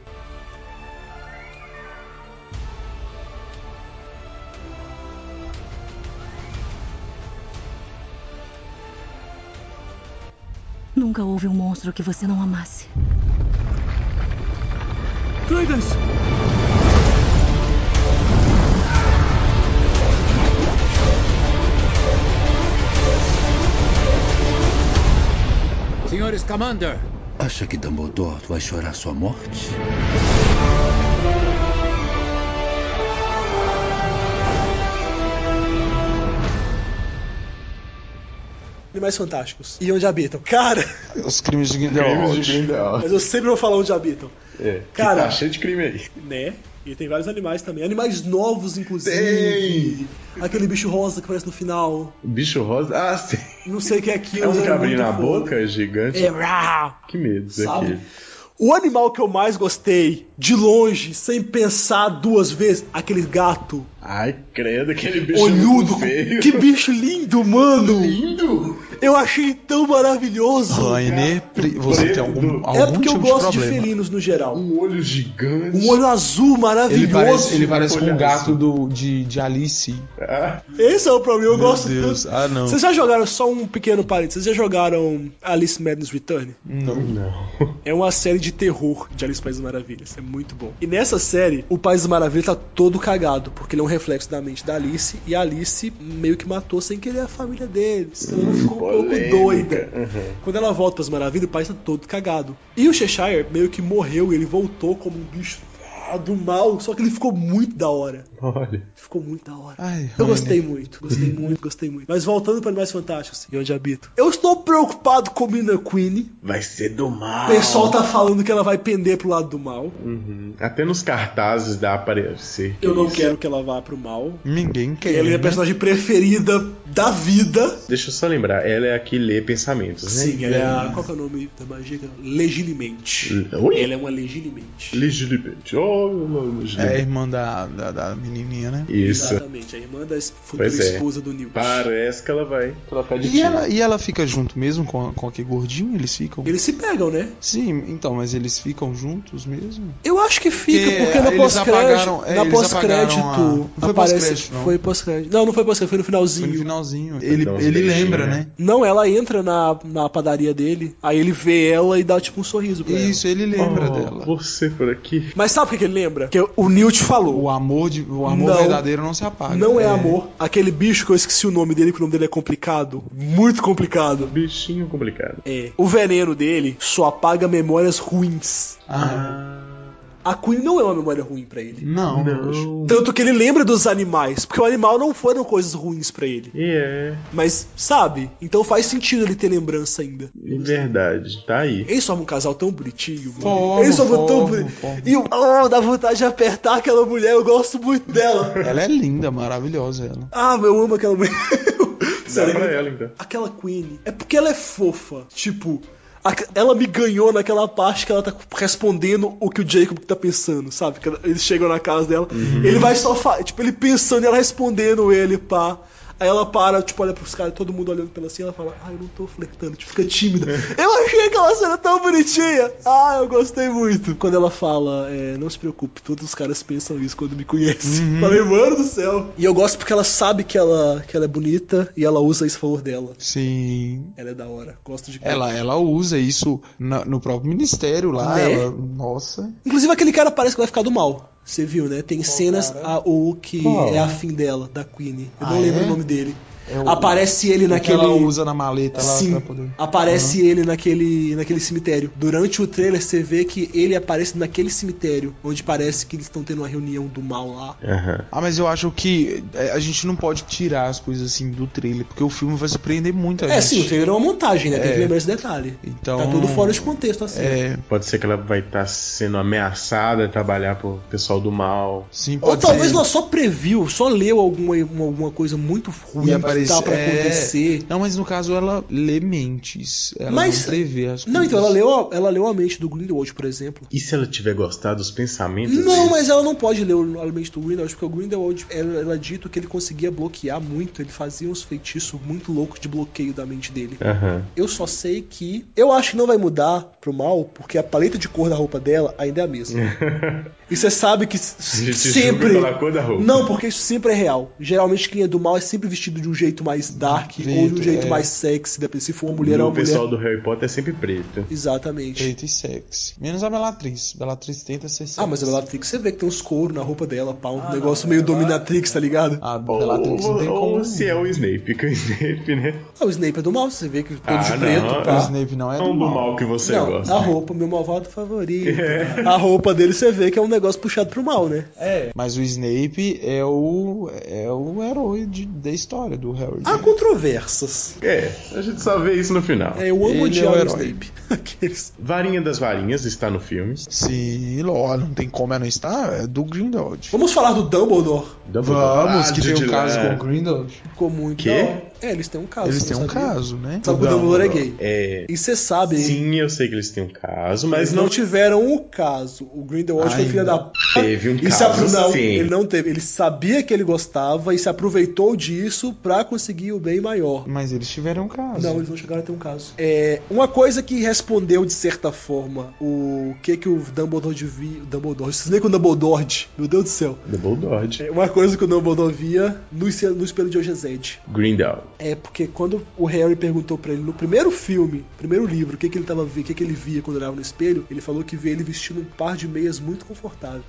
S20: Nunca houve um monstro que você não amasse.
S18: Credence!
S19: Senhores Commander! Acha que Dumbledore vai chorar sua morte?
S4: Animais Fantásticos. E onde habitam? Cara,
S3: Os crimes de Grindelwald.
S5: Crimes de Grindelwald.
S4: mas eu sempre vou falar onde habitam.
S5: É,
S4: Cara-
S5: Cara, tá cheio de crime aí.
S4: Né? E tem vários animais também. Animais novos, inclusive. Aquele bicho rosa que aparece no final.
S5: Bicho rosa. Ah, sim.
S4: Não sei o que é aquilo.
S5: É
S4: mas
S5: um
S4: era
S5: cabrinho
S4: muito
S5: na
S4: foda.
S5: boca, gigante.
S4: É, rá.
S5: Que medo
S4: Sabe?
S5: daquele.
S4: O animal que eu mais gostei, de longe, sem pensar duas vezes, aquele gato.
S5: Ai, credo, aquele bicho é
S4: Olhudo,
S5: muito feio.
S4: que bicho lindo, mano!
S5: Lindo?
S4: Eu achei tão maravilhoso!
S3: Rainer, pri- você tem algum, algum
S4: é porque
S3: tipo
S4: eu gosto
S3: de
S4: de,
S3: problema.
S4: felinos no geral.
S5: Um olho gigante.
S4: Um olho azul maravilhoso.
S3: ele parece, ele parece com
S4: Olha
S3: um gato do, de, de Alice.
S4: Esse é o problema, eu
S3: Meu
S4: gosto
S3: Deus,
S4: tanto.
S3: ah, não.
S4: Vocês já jogaram só um pequeno parênteses? Vocês já jogaram Alice Madness Return?
S3: Não.
S4: É uma série de terror de Alice no País das Maravilhas. É muito bom. E nessa série, o País das Maravilhas tá todo cagado, porque ele é um reflexo da mente da Alice, e a Alice meio que matou sem querer a família deles. Então ela ficou um pouco doida. Quando ela volta para as Maravilhas, o país tá todo cagado. E o Cheshire meio que morreu e ele voltou como um bicho ah, do mal, só que ele ficou muito da hora.
S5: Olha.
S4: Ficou muito da hora.
S3: Ai,
S4: Eu gostei muito, gostei muito, gostei muito. Mas voltando para Animais Fantásticos e onde habito. Eu estou preocupado com Mina Queen.
S5: Vai ser do
S4: O
S5: mal.
S4: pessoal tá falando que ela vai pender pro lado do mal.
S5: Uhum. Até nos cartazes dá pra aparecer.
S4: Eu não quero que ela vá pro mal.
S3: Ninguém quer.
S4: Ela é a
S3: né?
S4: personagem preferida da vida.
S5: Deixa eu só lembrar, ela é a que lê pensamentos, né?
S4: Sim, ela é a. Qual que é o nome da magia? Legilimente.
S5: Oi?
S4: Ela é uma legilimente.
S5: Legitimate. Oh, não,
S3: É a irmã da, da, da menininha,
S4: É.
S3: né?
S5: Isso.
S4: Exatamente, a irmã da futura
S5: Pois é.
S4: esposa do Newt.
S5: Parece que ela vai trocar de
S3: E
S5: time.
S3: ela, e ela fica junto mesmo com, a- com aquele gordinho? Eles ficam?
S4: Eles se pegam, né?
S3: Sim, então, mas eles ficam juntos mesmo?
S4: Eu acho que fica,
S3: Porque
S4: porque na
S3: eles apagaram-
S4: pós-crédito.
S3: é,
S4: na
S3: eles
S4: pós-crédito.
S3: apagaram a- Não foi
S4: aparece-
S3: pós-crédito, não.
S4: Foi pós-crédito. Não, não foi pós-crédito, foi no finalzinho. né?
S3: Foi no finalzinho. Ele,
S5: Então,
S3: ele
S5: beijinho,
S3: lembra,
S5: né?
S3: né?
S4: Não, ela entra na, na padaria dele, aí ele vê ela e dá tipo um sorriso pra ela.
S3: Isso, ele lembra
S5: Oh,
S3: dela.
S5: Você por aqui.
S4: Mas sabe o que que ele lembra? Que o Newt falou.
S3: O amor, de, o amor
S4: Não.
S3: verdadeiro não se apaga.
S4: Não é amor. Aquele bicho que eu esqueci o nome dele, que o nome dele é complicado. Muito complicado.
S5: Bichinho complicado.
S4: É. O veneno dele só apaga memórias ruins.
S3: Ah,
S4: A Queen não é uma memória ruim pra ele.
S3: não.
S5: Não.
S4: Tanto que ele lembra dos animais, porque o animal não foram coisas ruins pra ele.
S5: E é.
S4: Mas, sabe? Então faz sentido ele ter lembrança ainda.
S5: é Verdade. Tá aí.
S4: Eles formam um casal tão bonitinho, mano.
S3: Forma,
S4: Eles formam tão
S3: forma,
S4: bonitinho.
S3: forma.
S4: E oh, dá vontade de apertar aquela mulher, eu gosto muito dela.
S3: Ela é linda, maravilhosa ela.
S4: Ah, eu amo aquela mulher.
S5: Dá
S4: Sério,
S5: pra ela então.
S4: aquela Queen é porque ela é fofa. Tipo, a- ela me ganhou naquela parte que ela tá respondendo o que o Jacob tá pensando, sabe? Que ela- Eles chegam na casa dela, ele vai só, fa- tipo, ele pensando e ela respondendo ele, pá. Aí ela para, tipo, olha pros caras, todo mundo olhando pra ela assim, ela fala, ah, eu não tô flertando, tipo, fica tímida. eu achei aquela cena tão bonitinha! Ah, eu gostei muito. Quando ela fala, é, não se preocupe, todos os caras pensam isso quando me conhecem. Falei, mano do céu. Uhum. E eu gosto porque ela sabe que ela, que ela é bonita e ela usa isso a favor dela.
S3: Sim.
S4: Ela é da hora. Gosto de
S3: Ela, é. ela usa isso na- no próprio ministério lá.
S4: Né?
S3: Ela, nossa.
S4: Inclusive aquele cara parece que vai ficar do mal. Você viu, né? Tem cenas a, o que
S5: Qual?
S4: é afim dela, da Queen. Eu não
S3: Ah,
S4: lembro
S3: é?
S4: o nome dele.
S3: É o-
S4: Aparece ele
S3: o que
S4: naquele.
S3: Ela usa na maleta Tá lá Uhum.
S4: Sim,
S3: pra poder.
S4: aparece ele naquele, naquele cemitério. Durante o trailer, você vê que ele aparece naquele cemitério, onde parece que eles estão tendo uma reunião do mal lá.
S5: Aham.
S3: Ah, mas eu acho que é, a gente não pode tirar as coisas assim do trailer, porque o filme vai surpreender muito a
S4: É,
S3: gente.
S4: sim, o trailer é uma montagem, né? Tem
S3: É.
S4: que lembrar esse detalhe.
S3: Então.
S4: Tá tudo fora de contexto, assim.
S3: É,
S5: Pode ser que ela vai estar sendo ameaçada a trabalhar pro pessoal do mal.
S3: sim,
S4: Ou
S3: pode
S4: talvez
S3: ser.
S4: ela só previu, só leu alguma, uma- alguma coisa muito ruim
S3: E
S4: que tá
S3: aparecer-
S4: pra
S3: é.
S4: acontecer.
S3: Não, mas no caso ela lê mentes. Ela
S4: Mas-
S3: não prevê as coisas.
S4: Não, então ela leu, a- ela leu a mente do Grindelwald, por exemplo.
S5: E se ela tiver gostado dos pensamentos?
S4: Não,
S5: dele?
S4: mas ela não pode ler o- a mente do Grindelwald, porque o Grindelwald, ela, ela é dito que ele conseguia bloquear muito, ele fazia uns feitiços muito loucos de bloqueio da mente dele.
S5: Aham.
S4: Eu só sei que. Eu acho que não vai mudar pro mal, porque a paleta de cor da roupa dela ainda é a mesma. e você sabe que s-
S5: A gente
S4: sempre.
S5: julga pela cor da roupa.
S4: Não, porque isso sempre é real. Geralmente quem é do mal é sempre vestido de um jeito mais dark ou de um
S3: Preto,
S4: jeito
S3: é.
S4: mais sexy, depende se for uma mulher
S5: E o
S4: ou uma mulher.
S5: pessoal do Harry Potter é sempre preto.
S4: Exatamente.
S3: Preto e sexy. Menos a Belatriz. Belatriz tenta ser sexy.
S4: Ah, mas a Bellatrix você vê que tem uns couro na roupa dela, pá, um negócio meio dominatrix, tá ligado?
S3: A Belatriz Ah, não
S5: Ou,
S3: tem
S5: ou
S3: como.
S5: se é o Snape, que o Snape, né?
S4: Ah, o Snape é do mal, você vê que todo de
S5: Ah,
S4: preto,
S5: não,
S3: O
S4: pá.
S3: Snape não é
S5: Não
S3: do
S5: do
S3: mal.
S5: mal que você
S4: Não,
S5: gosta.
S4: a roupa, meu malvado favorito.
S5: É.
S4: A roupa dele você vê que é um negócio puxado pro mal, né?
S3: É. Mas o Snape é o. é o herói de- da história do Harry.
S4: Há controvérsias.
S5: É, a gente só vê isso no final.
S4: É, eu amo
S3: Ele
S4: odiar
S3: é o
S4: o
S3: herói.
S4: Snape. Aqueles-
S5: Varinha das Varinhas está no filme.
S3: Sim, lógico, não tem como ela não estar. É do Grindelwald.
S4: Vamos falar do Dumbledore.
S5: tá
S3: Vamos, que tem um caso com o
S5: com...
S3: Grindelwald.
S4: Ficou muito.
S5: Quê?
S4: da hora. É, eles têm um caso.
S3: Eles
S4: você
S3: têm
S4: não
S3: um
S4: sabia?
S3: caso, né?
S4: Sabe que o
S5: Não,
S4: Dumbledore é
S5: não.
S4: gay.
S5: É.
S4: E você sabe, hein?
S5: Sim, eu sei que eles têm um caso,
S4: Mas
S5: mas
S4: não
S5: não
S4: tiveram o caso. O Grindelwald foi
S5: Ainda.
S4: filho da p.
S5: Teve um
S4: e se
S5: caso,
S4: apro- não,
S5: sim.
S4: Ele não teve. Ele sabia que ele gostava e se aproveitou disso pra conseguir o bem maior.
S3: Mas eles tiveram um caso.
S4: Não, eles não chegaram a ter um caso. É, uma coisa que respondeu de certa forma o que que o Dumbledore via. Dumbledore. Vocês nem com o Dumbledore. Meu Deus do céu.
S5: Dumbledore.
S4: É, Uma coisa que o Dumbledore via no, espelho- no espelho de Ogezed.
S5: Grindel.
S4: É porque quando o Harry perguntou pra ele no primeiro filme, primeiro livro, o que, que ele tava vendo, o que, que ele via quando olhava no espelho, ele falou que vê ele vestindo um par de meias muito confortáveis.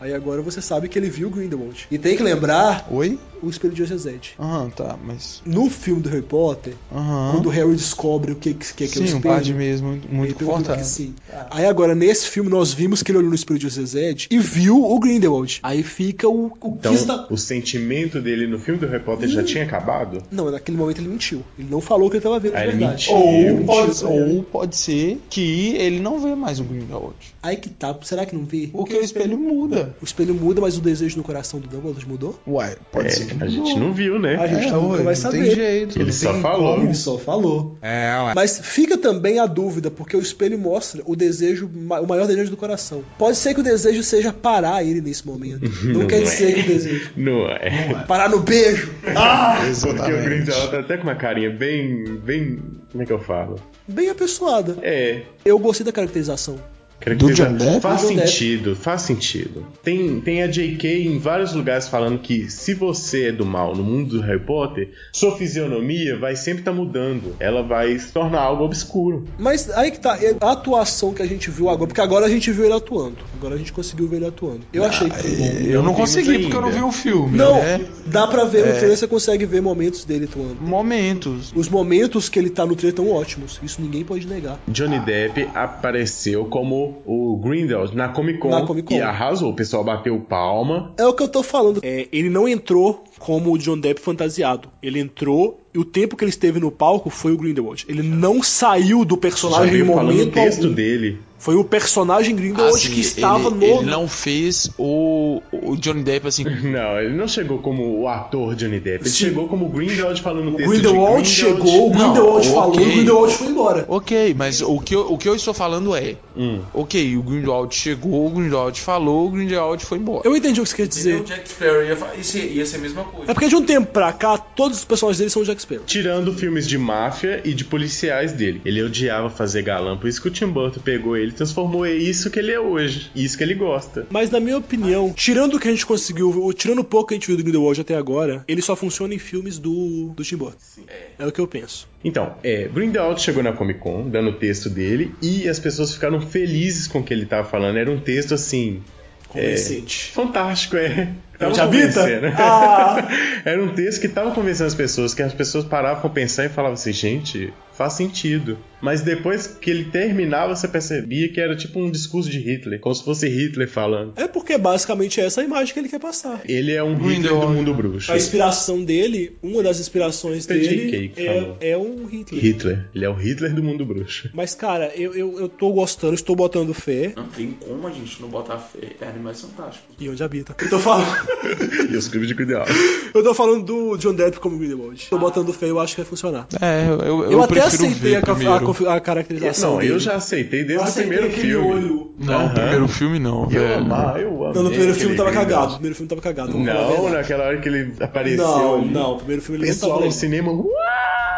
S4: Aí agora você sabe que ele viu o Grindelwald. E tem que lembrar
S3: Oi?
S4: o espelho de Ozezed.
S3: Aham, tá, mas.
S4: No filme do Harry Potter,
S3: Aham.
S4: quando o Harry descobre o que, que, que é que é o
S3: Sim,
S4: espelho.
S3: um par de meias muito,
S4: ele
S3: muito é.
S4: pergunta
S3: confortável.
S4: que sim. Aí agora, nesse filme, nós vimos que ele olhou no espelho de Ozezed e viu o Grindelwald. Aí fica o, o
S5: Então,
S4: que está
S5: o sentimento dele no filme do Harry Potter
S4: Hum.
S5: já tinha acabado?
S4: Não, naquele momento ele mentiu. Ele não falou que ele tava vendo
S5: Ah,
S4: de
S5: ele
S4: verdade.
S5: mentiu.
S3: Ou pode,
S4: Mentiu.
S3: tipo, ou pode ser que ele não vê mais o Grindelwald.
S4: Aí que tá, será que não vê?
S3: Porque o espelho muda.
S4: O espelho muda, mas o desejo no coração do Dumbledore mudou?
S3: Uai, pode
S5: É,
S3: ser. que
S5: a gente
S3: mudou.
S5: não viu, né?
S4: A gente
S3: É,
S4: nunca
S3: ué,
S4: vai
S3: não
S4: saber.
S3: tem jeito,
S5: Ele
S3: não
S5: só
S3: tem
S5: falou.
S3: como.
S4: Ele só falou.
S3: É, ué.
S4: Mas fica também a dúvida, porque o espelho mostra o desejo, ma- o maior desejo do coração. Pode ser que o desejo seja parar ele nesse momento. Não,
S5: Não
S4: quer
S5: é.
S4: dizer que o desejo.
S5: Não é.
S4: Parar no beijo! Ah!
S5: Porque o
S3: Exatamente.
S5: Grindelwald tá até com uma carinha bem. bem. como é que eu falo?
S4: Bem apessoada.
S5: É.
S4: Eu gostei da caracterização.
S5: Caracteriza-
S3: John Depp?
S5: Faz
S4: Do John Depp.
S5: sentido, faz sentido. Tem, tem a J.K. em vários lugares falando que se você é do mal no mundo do Harry Potter, sua fisionomia vai sempre estar mudando. Ela vai se tornar algo obscuro.
S4: Mas aí que tá, é a atuação que a gente viu agora, porque agora a gente viu ele atuando. Agora a gente conseguiu ver ele atuando. Eu achei que foi bom.
S3: Eu não
S5: Não vimos
S3: consegui porque eu não vi
S5: ainda.
S3: o filme.
S4: Não,
S3: né?
S4: dá pra ver no
S3: É.
S4: trailer, você consegue ver momentos dele atuando.
S3: Momentos.
S4: Os momentos que ele tá no trailer estão ótimos, isso ninguém pode negar.
S5: Johnny Depp apareceu como o Grindelwald na Comic Con,
S4: Na Comic Con.
S5: e arrasou. O pessoal bateu palma.
S4: É o que eu tô falando. É, ele não entrou como o John Depp fantasiado. Ele entrou e o tempo que ele esteve no palco foi o Grindelwald. Ele não saiu do
S5: Já
S4: personagem em
S5: veio falando o
S4: momento
S5: texto
S4: algum.
S5: dele.
S4: Foi o personagem Grindelwald
S3: Assim,
S4: que estava
S3: ele,
S4: no.
S3: ele não fez o, o Johnny Depp assim.
S5: Não, ele não chegou como o ator Johnny Depp. Ele
S4: Sim.
S5: chegou como o Grindelwald falando o texto
S4: Grindelwald
S5: de
S4: chegou, o
S3: Não,
S4: Grindelwald
S3: ok.
S4: falou, o Grindelwald foi embora.
S3: Ok, mas o que, eu, o que eu estou falando é:
S5: Hum.
S3: ok, o Grindelwald chegou, o Grindelwald falou, o Grindelwald foi embora.
S4: Eu entendi o que você quer
S7: Ele é o
S4: dizer.
S7: Jack Sparrow, ia, fa- ia ser, ia ser a mesma coisa.
S4: É porque de um tempo pra cá, todos os personagens dele são o Jack Sparrow.
S5: Tirando filmes de máfia e de policiais dele. Ele odiava fazer galã, por isso que o Tim Burton pegou ele e transformou em isso que ele é hoje. e Isso que ele gosta.
S4: Mas na minha opinião, tirando o que a gente conseguiu, o- tirando o pouco que a gente viu do Grindelwald até agora, ele só funciona em filmes do, do Tim Burton. É o que eu penso.
S5: Então, é, Grindelwald chegou na Comic Con, dando o texto dele, e as pessoas ficaram felizes com o que ele tava falando. Era um texto assim.
S4: Convincente.
S5: Fantástico, é. Tava
S4: te habita?
S5: convencendo.
S4: Ah!
S5: Era um texto que tava convencendo as pessoas, que as pessoas paravam pra pensar e falavam assim, gente, faz sentido. Mas depois que ele terminava, você percebia que era tipo um discurso de Hitler, como se fosse Hitler falando.
S4: É porque basicamente essa é a imagem que ele quer passar.
S5: Ele é um Hitler do mundo bruxo.
S4: A inspiração dele, uma das inspirações
S5: Foi
S4: dele
S5: J.K. que falou.
S4: é, é um Hitler.
S5: Hitler. Ele é o Hitler do mundo bruxo.
S4: Mas, cara, eu, eu, eu tô gostando, estou botando fé.
S7: Não tem como a gente não botar fé. É animais fantásticos.
S4: E onde habita. Eu tô falando,
S5: e os crimes de Grindelwald.
S4: eu tô falando do John Depp como Grindelwald. Tô botando fé, eu acho que vai funcionar.
S3: É, eu, eu,
S4: Eu,
S3: eu
S4: até
S3: prefiro
S4: aceitei
S3: ver
S4: a, conf- a
S3: primeiro.
S4: conf- a caracterização
S5: Não,
S4: dele.
S5: eu já aceitei desde
S21: Aceitei
S5: o primeiro
S21: aquele
S5: filme.
S21: olho.
S3: Não,
S5: Aham.
S3: primeiro filme não,
S5: Eu
S3: velho.
S5: amava, eu amava.
S4: Não, no primeiro filme tava cagado. No primeiro filme tava cagado. vamos falar a
S5: Não,
S4: verdade.
S5: naquela hora que ele apareceu.
S4: Não,
S5: ali,
S4: não, o primeiro filme
S5: O
S4: ele não tá
S5: pessoal
S4: tava
S5: no
S4: legal.
S5: cinema. uh!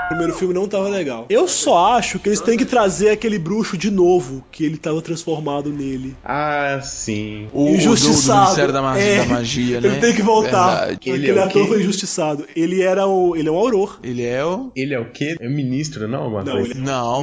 S4: O primeiro filme não tava legal. Eu só acho que eles têm que trazer aquele bruxo de novo, que ele tava transformado nele.
S5: Ah, sim.
S3: O, o do, do
S4: injustiçado.
S3: Ministério da Magia,
S4: É,
S3: da magia né?
S4: Ele tem que voltar.
S3: Verdade.
S5: Ele
S4: Aquele
S5: é o
S4: ator
S5: quê?
S4: foi injustiçado. Ele era o. Ele é um auror.
S3: Ele é o.
S5: Ele é o quê? É o ministro, não? Uma
S4: Não,
S5: coisa.
S4: ele
S3: Não, o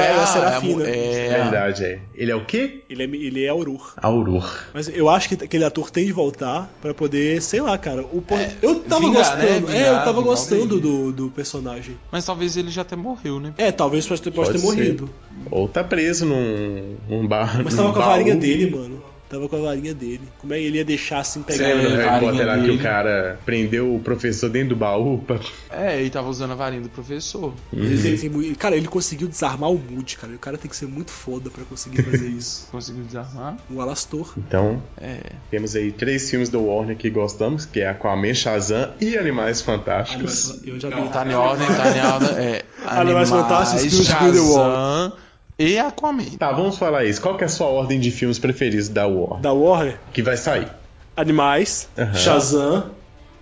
S4: Ministra
S3: é
S4: é a
S3: a
S4: Serafina.
S3: É,
S5: É verdade, é. Ele é o quê?
S4: Ele é, ele é auror.
S5: Auror.
S4: Mas eu acho que aquele ator tem de voltar pra poder, sei lá, cara. o po- eu tava
S3: vingar, né?
S4: gostando. é, eu
S3: Vingar,
S4: tava
S3: vingar o
S4: gostando
S3: menino.
S4: do, do personagem.
S3: Mas talvez ele já até morreu, né?
S4: É, talvez pode ter, pode
S5: Pode
S4: ter
S5: ser.
S4: morrido.
S5: Ou tá preso num, num bar.
S4: Mas
S5: num
S4: tava com a
S5: baú.
S4: varinha dele, mano. Tava com a varinha dele. Como é que ele ia deixar assim pegar
S5: Você lembra
S4: a
S5: do Harry
S4: varinha
S5: Potter lá É, que
S4: dele?
S5: o cara prendeu o professor dentro do baú? pra-
S3: É, ele tava usando a varinha do professor.
S4: Ele tem- tem muito- Cara, ele conseguiu desarmar o Mood, cara. O cara tem que ser muito foda pra conseguir fazer isso.
S3: conseguiu desarmar?
S4: O Alastor.
S5: Então,
S3: É.
S5: temos aí três filmes do Warner que gostamos, que é Aquaman, Shazam e Animais
S4: Ah,
S5: Fantásticos.
S4: Eu já
S3: Não, tá em ordem, tá em ordem. É,
S5: Animais Fantásticos, Filmes de
S3: Shazam e Aquaman.
S5: Tá, vamos falar isso. Qual que é a sua ordem de filmes preferidos da Warner?
S4: Da Warner?
S5: Que vai sair.
S4: Animais,
S5: Aham.
S4: Shazam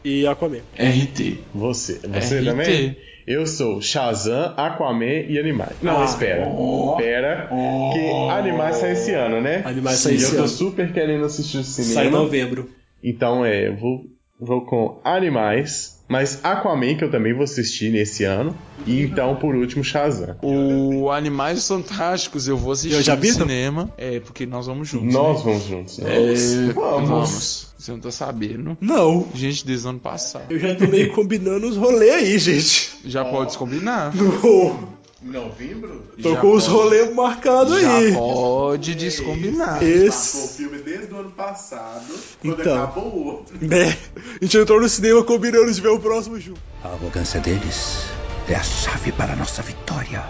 S4: e Aquaman.
S3: RT.
S5: Você, você
S3: É,
S4: RT.
S5: também? Eu sou Shazam, Aquaman e Animais. Não,
S4: Ah. Oh.
S5: espera. Espera. Que Animais sai esse ano, né?
S4: Animais sai
S5: E
S4: esse
S5: eu tô
S4: ano.
S5: super querendo assistir o cinema.
S4: Sai em novembro.
S5: Então é, eu vou, vou com Animais, mas Aquaman, que eu também vou assistir nesse ano. E então, por último, Shazam.
S3: O Animais Fantásticos eu vou assistir
S5: Eu já vi
S3: no
S5: também.
S3: cinema. É, porque nós vamos juntos.
S5: Nós
S3: né?
S5: vamos juntos.
S3: É,
S5: Vamos.
S3: vamos. Você não tá sabendo?
S4: Não.
S3: Gente, desde o ano passado.
S4: Eu já tô meio combinando os rolês aí, gente.
S3: Já pode descombinar.
S4: Não.
S22: Novembro?
S4: Tô
S3: Já
S4: com os
S3: pode-
S4: rolês marcados
S3: já
S4: aí.
S3: Pode descombinar.
S4: Esse-
S22: Marcou o filme desde o ano passado, quando
S4: Então.
S22: acabou o outro.
S4: Bé, a gente entrou no cinema combinando de ver o próximo junto.
S17: A arrogância deles é a chave para a nossa vitória.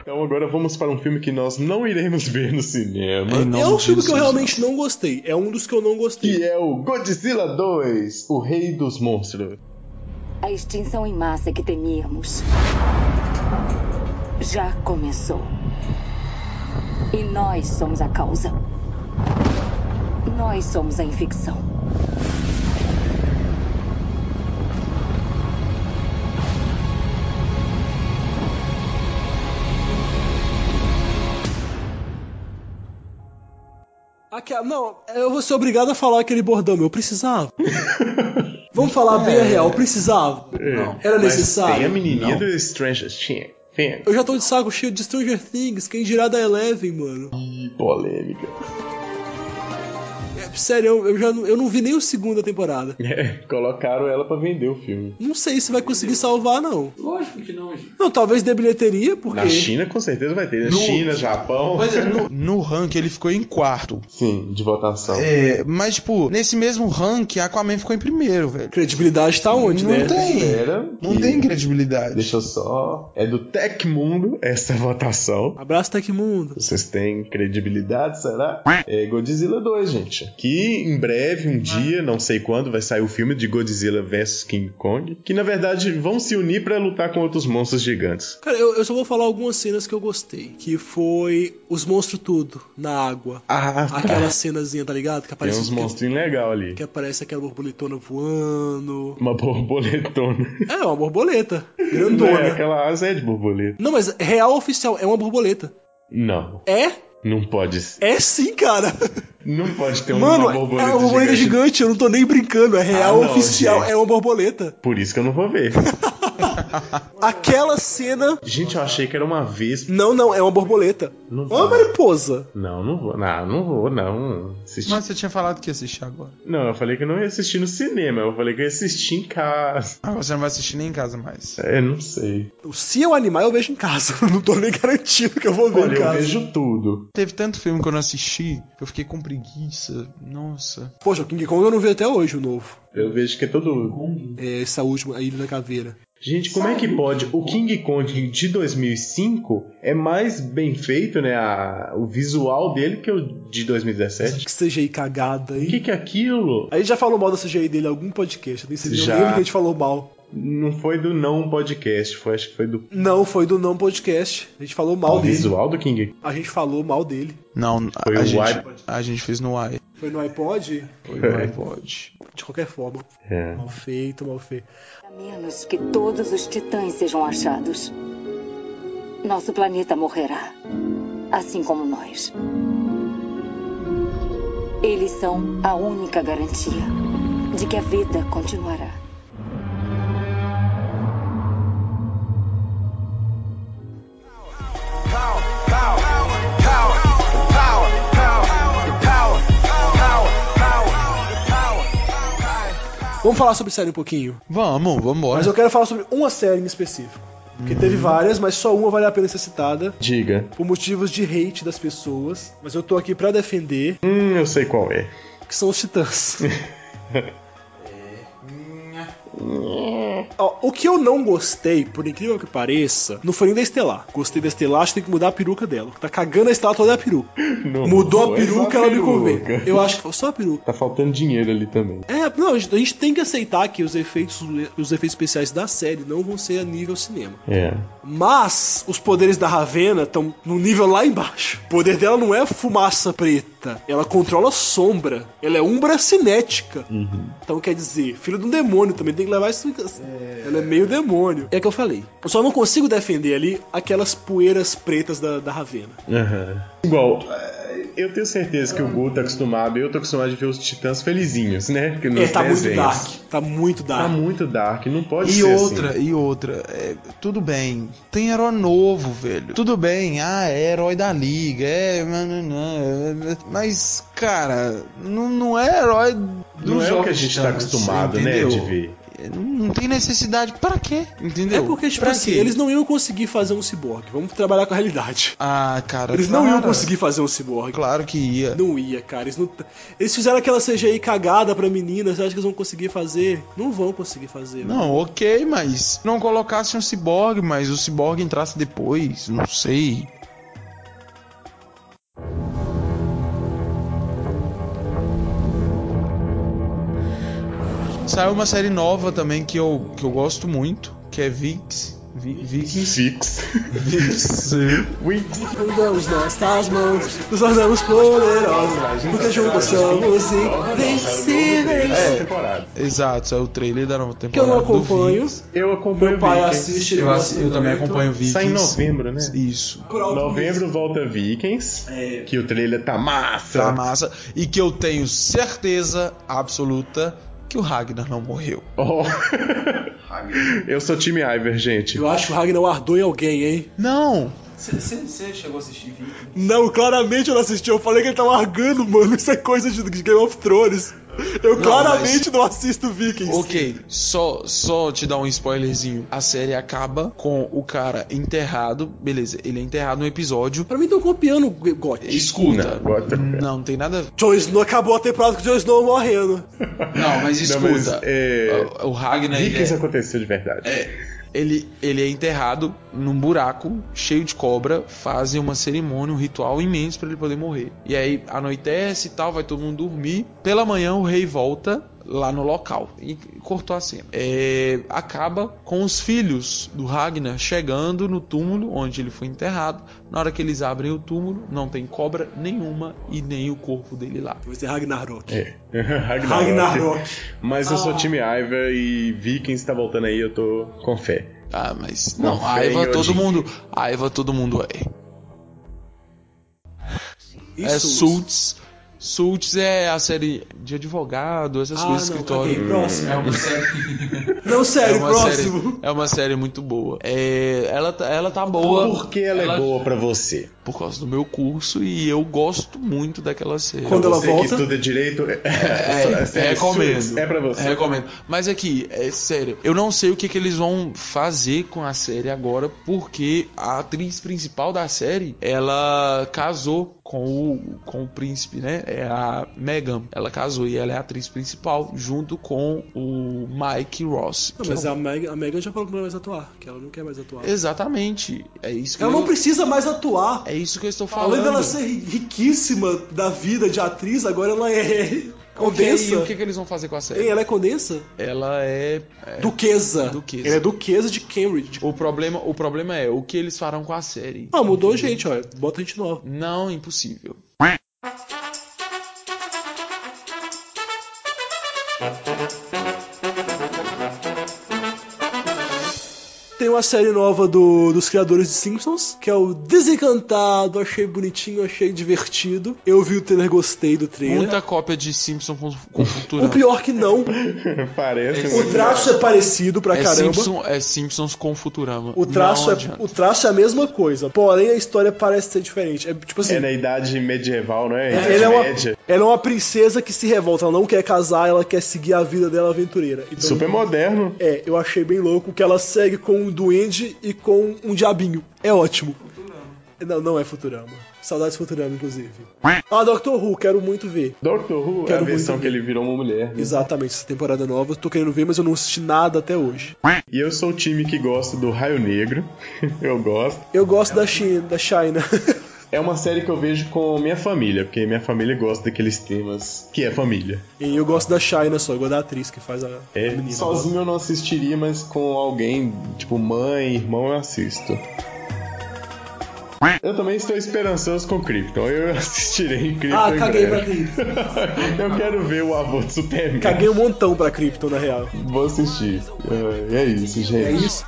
S5: Então agora vamos para um filme que nós não iremos ver no cinema.
S4: É um filme que eu realmente não gostei. É um dos que eu não gostei.
S5: Que é o Godzilla 2, o rei dos monstros.
S12: A extinção em massa é que temíamos já começou. E nós somos a causa. Nós somos a infecção.
S4: Aque- Não, eu vou ser obrigado a falar aquele bordão, meu. Eu precisava. Vamos falar bem a
S21: É.
S4: real, eu precisava. Era
S5: É, Mas
S4: necessário.
S5: Tem a menininha
S4: Não.
S5: do Stranger Things. Things.
S4: Eu já tô de saco cheio de Stranger Things, quem dirá da Eleven, mano.
S5: Polêmica.
S4: É, Sério, eu, eu já não, eu não vi nem a segunda temporada.
S5: É, colocaram ela pra vender o filme.
S4: Não sei se vai conseguir salvar, não.
S21: Lógico que não, gente.
S4: Não, talvez dê bilheteria, porque.
S5: Na China com certeza vai ter. Na
S3: No-
S5: China, Japão.
S3: Pois é, no, no ranking ele ficou em quarto.
S5: Sim, de votação.
S3: É, mas, tipo, nesse mesmo ranking, Aquaman ficou em primeiro, velho.
S4: Credibilidade tá onde,
S3: não
S4: né?
S3: Tem.
S5: Espera
S3: Não
S5: que-
S3: tem credibilidade.
S5: Deixa eu só. É do Tecmundo essa votação.
S4: Abraço, Tecmundo.
S5: Vocês têm credibilidade, será? É Godzilla 2, gente. Que em breve, um dia, não sei quando, vai sair o filme de Godzilla vs King Kong. Que na verdade vão se unir pra lutar com outros monstros gigantes.
S4: Cara, eu, eu só vou falar algumas cenas que eu gostei. Que foi os monstros tudo na água.
S5: Ah, tá.
S4: Aquela cenazinha, tá ligado? Que
S5: Tem
S4: aparece,
S5: uns
S4: que-
S5: monstrinhos legal ali.
S4: que aparece aquela borboletona voando.
S5: Uma borboletona.
S4: É, uma borboleta.
S5: Não é,
S4: Grandona.
S5: aquela asa é de borboleta.
S4: Não, mas real oficial, é uma borboleta.
S5: Não,
S4: É?
S5: não pode ser.
S4: É sim, cara.
S5: Não pode ter uma
S4: Mano,
S5: borboleta,
S4: é uma
S5: gigante.
S4: borboleta
S5: Ah,
S4: gigante. eu não tô nem brincando. É real
S5: não,
S4: oficial,
S5: gente.
S4: é uma borboleta.
S5: Por isso que eu não vou ver.
S4: Aquela cena.
S5: Gente, eu achei que era uma vespa.
S4: Não, não, é uma borboleta.
S5: Não
S4: é uma mariposa.
S5: Não, não vou. Não, não vou, não. Assisti-
S3: Mas você tinha falado que ia assistir agora.
S5: Não, eu falei que eu não ia assistir no cinema, eu falei que eu ia assistir em casa.
S3: Ah, você não vai assistir nem em casa mais.
S5: É, não sei.
S4: Se eu animar, eu vejo em casa. Não tô nem garantido que eu vou ver
S5: Olha,
S4: em
S5: eu
S4: casa.
S5: vejo tudo.
S3: Teve tanto filme que eu não assisti, que eu fiquei com preguiça. Nossa.
S4: Poxa, o King Kong eu não vi até hoje o novo.
S5: Eu vejo que é todo.
S4: É, essa última, a Ilha da Caveira.
S5: Gente, como é que pode? O King Kong de 2005 é mais bem feito, né? a- O visual dele que o de 2017.
S4: Que CGI cagada aí.
S5: O que, que é aquilo?
S4: A gente já falou mal da CGI dele em algum podcast. Eu nem sei nem
S5: Já.
S4: lembro que a gente falou mal.
S5: Não foi do não podcast, foi, acho que foi do.
S4: Não, foi do não podcast. A gente falou mal
S5: o
S4: dele.
S5: visual do King.
S4: A gente falou mal dele.
S3: Não,
S5: Foi
S3: a,
S5: o
S3: gente,
S5: iPod.
S3: a gente fez no i.
S4: Foi no iPod?
S3: Foi no iPod.
S4: De qualquer forma.
S5: É.
S4: Mal feito, mal feito.
S12: A menos que todos os titãs sejam achados, nosso planeta morrerá. Assim como nós. Eles são a única garantia de que a vida continuará.
S4: Vamos falar sobre série um pouquinho.
S3: Vamos, vamos embora.
S4: um Mas eu quero falar sobre uma série em específico. Que
S5: Hum.
S4: teve várias, mas só uma vale a pena ser citada.
S5: Diga.
S4: Por motivos de hate das pessoas. Mas eu tô aqui pra defender.
S5: Hum, eu sei qual é.
S4: Que são os titãs. Ó, o que eu não gostei, por incrível que pareça, não foi nem da Estelar. Gostei da Estelar, acho que tem que mudar a peruca dela. Tá cagando a Estelar toda a peruca.
S5: Não,
S4: Mudou
S5: não
S4: a
S5: é só
S4: peruca,
S5: a
S4: ela me
S5: peruca.
S4: convém. Eu acho que foi só a peruca.
S5: Tá faltando dinheiro ali também.
S4: É, não, a gente a gente tem que aceitar que os efeitos, os efeitos especiais da série não vão ser a nível cinema.
S5: É.
S4: Mas os poderes da Ravena estão no nível lá embaixo. O poder dela não é fumaça preta, ela controla sombra. Ela é umbra cinética.
S3: Uhum.
S4: Então quer dizer, filho de um demônio também tem que levar isso. Ela é meio demônio. É que eu falei. Eu só não consigo defender ali aquelas poeiras pretas da, da Ravena.
S5: Aham. Igual, eh, eu tenho certeza que o Gu tá acostumado, eu tô acostumado de ver os titãs felizinhos, né? Que nos
S4: É, tá muito
S5: desenhos.
S4: dark, Tá muito dark.
S5: Tá muito dark, não pode
S3: E
S5: ser.
S3: outra,
S5: assim.
S3: e outra. é, tudo bem, tem herói novo, velho. Tudo bem, ah, é herói da liga, é. nananã, é, Mas, cara, não, não é herói dos
S5: Não é o que a
S3: Jovens
S5: gente tá
S3: Titãs,
S5: acostumado, né,
S3: entendeu?
S5: de ver.
S3: É, Não, não tem necessidade. Pra quê? Entendeu?
S4: É porque, tipo
S3: Pra
S4: assim,
S3: quê?
S4: eles não iam conseguir fazer um ciborgue. Vamos trabalhar com a realidade.
S3: Ah, cara.
S4: Eles não iam
S3: para.
S4: conseguir fazer um ciborgue.
S3: Claro que ia.
S4: Não ia, cara. Eles, não... eles fizeram aquela CGI cagada pra meninas. Você acha que eles vão conseguir fazer? Não vão conseguir fazer. velho.
S3: Não, ok, mas não colocasse um ciborgue, mas o ciborgue entrasse depois, não sei. Saiu uma série nova também que eu, que eu gosto muito, que é Vix. Vi- Vikings.
S5: Vix.
S3: Vix.
S4: Andamos nossas tá mãos, nos tornamos poderosos. Porque juntos somos invencíveis.
S3: É, exato, saiu o trailer da nova
S4: Que eu
S3: temporada.
S4: não
S3: do
S4: acompanho.
S5: Eu acompanho
S4: Meu pai
S5: Vikings.
S4: assiste,
S3: Eu, assi- eu também acompanho Vikings.
S5: Sai em novembro, né?
S3: Isso.
S5: Novembro volta Vikings,
S4: É.
S5: que o trailer tá massa.
S3: Tá massa. E que eu tenho certeza absoluta que o Ragnar não morreu.
S5: Oh. Eu sou time Iver, gente.
S4: Eu acho que o Ragnar ardou em alguém, hein?
S3: Não!
S7: Você chegou a assistir Viking?
S4: Não, claramente eu não assisti. Eu falei que ele tava argando, mano. Isso é coisa de de Game of Thrones. Eu
S3: Não,
S4: claramente não assisto Vikings.
S3: Ok, só, só te dar um spoilerzinho. A série acaba com o cara enterrado. Beleza, ele é enterrado no episódio.
S4: Pra mim estão copiando o God.
S3: Escuta.
S5: Não, agora-
S3: Não, tem nada a ver.
S4: Jon Snow acabou a temporada com o Jon Snow morrendo.
S3: Não, mas
S5: Não,
S3: escuta.
S5: mas, é,
S3: O Ragnar. ele
S5: Vikings
S3: é-
S5: aconteceu de verdade.
S4: É.
S3: ele, ele é enterrado num buraco cheio de cobra, fazem uma cerimônia, um ritual imenso pra ele poder morrer. E aí anoitece e tal, vai todo mundo dormir. Pela manhã o rei volta lá no local e cortou a cena. É, acaba com os filhos do Ragnar chegando no túmulo onde ele foi enterrado. Na hora que eles abrem o túmulo, não tem cobra nenhuma e nem o corpo dele lá.
S4: Vai ser Ragnarok.
S5: É. Ragnarok.
S4: Ragnarok. Ah.
S5: Mas eu sou time Iver e Vikings tá voltando aí, eu tô com fé.
S3: Ah, mas
S5: Não,
S3: não, Aiva
S5: feio,
S3: todo
S5: gente.
S3: mundo, Aiva todo mundo é.
S4: E
S3: É
S4: Sults?
S3: Sults. Sults é a série de advogado, essas
S4: Ah,
S3: coisas de
S4: não,
S3: escritório.
S4: caguei. Próximo.
S3: É uma é
S4: Não, sério,
S3: uma
S4: próximo.
S3: série- é uma série muito boa. É, ela, tá- ela tá boa.
S5: Por que ela, é boa pra você?
S3: Por causa do meu curso e eu gosto muito daquela série.
S4: Quando ela
S5: você que
S4: volta.
S5: estuda direito, é,
S3: É,
S5: é,
S3: recomendo.
S5: é pra você.
S3: Recomendo. Mas aqui, é sério, eu não sei o que, que eles vão fazer com a série agora, porque a atriz principal da série, ela casou com o, com o príncipe, né? É a Megan. Ela casou e ela é a atriz principal, junto com o Mike Ross.
S4: Não,
S3: que
S4: mas
S3: é um-
S4: a Meg- a Megan já falou que não vai mais atuar, que ela não quer mais atuar.
S3: Exatamente. É isso que
S4: Ela
S3: eu...
S4: não precisa mais atuar.
S3: É isso que eu estou
S4: Além
S3: falando.
S4: dela ser ri- riquíssima da vida de atriz, agora ela é
S3: Ok, e
S4: condensa.
S3: o que, que eles vão fazer com a
S4: Ei,
S3: série?
S4: Ela é condensa?
S3: Ela é... é...
S4: Duquesa.
S3: Duquesa.
S4: Ela é duquesa de Cambridge.
S3: O problema, o problema é o que eles farão com a série.
S4: Ah, mudou gente, ó. Bota gente nova.
S3: Não, impossível.
S4: Tem uma série nova do- dos criadores de Simpsons, que é o Desencantado. Achei bonitinho, achei divertido. Eu vi o trailer, gostei do trailer.
S3: Muita cópia de Simpson com, com Futurama.
S4: O pior que não.
S5: Parece.
S4: O traço é parecido pra
S3: é
S4: caramba.
S3: Simpson, é Simpsons com Futurama.
S4: O traço,
S3: Não
S4: é,
S3: adianta.
S4: o traço é a mesma coisa, porém a história parece ser diferente. É tipo assim,
S5: É na idade medieval, não é?
S4: É,
S5: Idade
S4: ele é uma-
S5: média.
S4: Ela é uma princesa que se revolta, ela não quer casar, ela quer seguir a vida dela aventureira. Então,
S5: Super moderno.
S4: É, eu achei bem louco que ela segue com um duende e com um diabinho. É ótimo. Não, não é Futurama. Saudades Futurama, inclusive. Ah, Doctor Who, quero muito ver.
S5: Doctor Who é a
S4: Quero
S5: versão
S4: muito
S5: que ele virou uma mulher. né?
S4: Exatamente, essa temporada nova. Tô querendo ver, mas eu não assisti nada até hoje.
S5: E eu sou o time que gosta do Raio Negro. eu gosto.
S4: Eu gosto da China, da China.
S5: É uma série que eu vejo com minha família, porque minha família gosta daqueles temas que é família.
S4: E eu gosto da China só, eu gosto da atriz que faz a
S5: É, sozinho eu não assistiria, mas com alguém, tipo mãe, irmão, eu assisto. Eu também estou esperançoso com Krypton. Eu assistirei Krypton.
S4: Ah,
S5: em
S4: caguei pra
S5: breve.
S4: Krypton.
S5: Eu quero ver o avô do Superman.
S4: Caguei um montão pra Krypton, na real.
S5: Vou assistir. É, é isso, gente.
S4: É isso.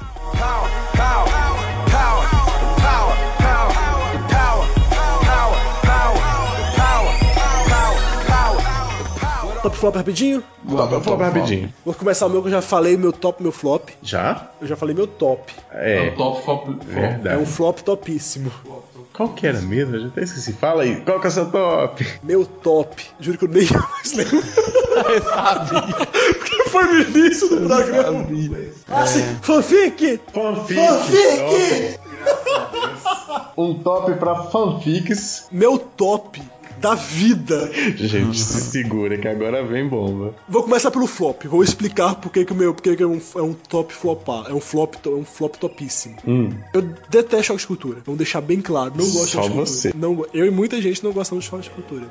S4: Top flop rapidinho?
S5: Vamos, vamos, vamos rapidinho.
S4: Vou começar o meu que eu já falei, meu top, meu flop.
S5: Já?
S4: Eu já falei meu top.
S5: É.
S4: É um top
S5: Verdade.
S4: É um flop topíssimo.
S5: Qual que era mesmo? Eu já até esqueci. Fala aí, qual que é o seu top?
S4: Meu top. Juro que eu nem mais lembro. Eu sabia. Porque foi no início do programa.
S3: É
S4: Ah, sim. Fanfic!
S5: Fanfic!
S4: Fanfic!
S5: Um top pra fanfics.
S4: Meu top da vida.
S5: Gente, se segura que agora vem bomba.
S4: Vou começar pelo flop. Vou explicar por que que o meu, por que que é um, é um top flopar, é um flop, to- é um flop topíssimo.
S5: Hum.
S4: Eu detesto jogos de cultura. Vamos deixar bem claro, não gosto de
S5: Só
S4: jogos de cultura.
S5: você.
S4: Não go- eu e muita gente não gostamos de jogos de cultura.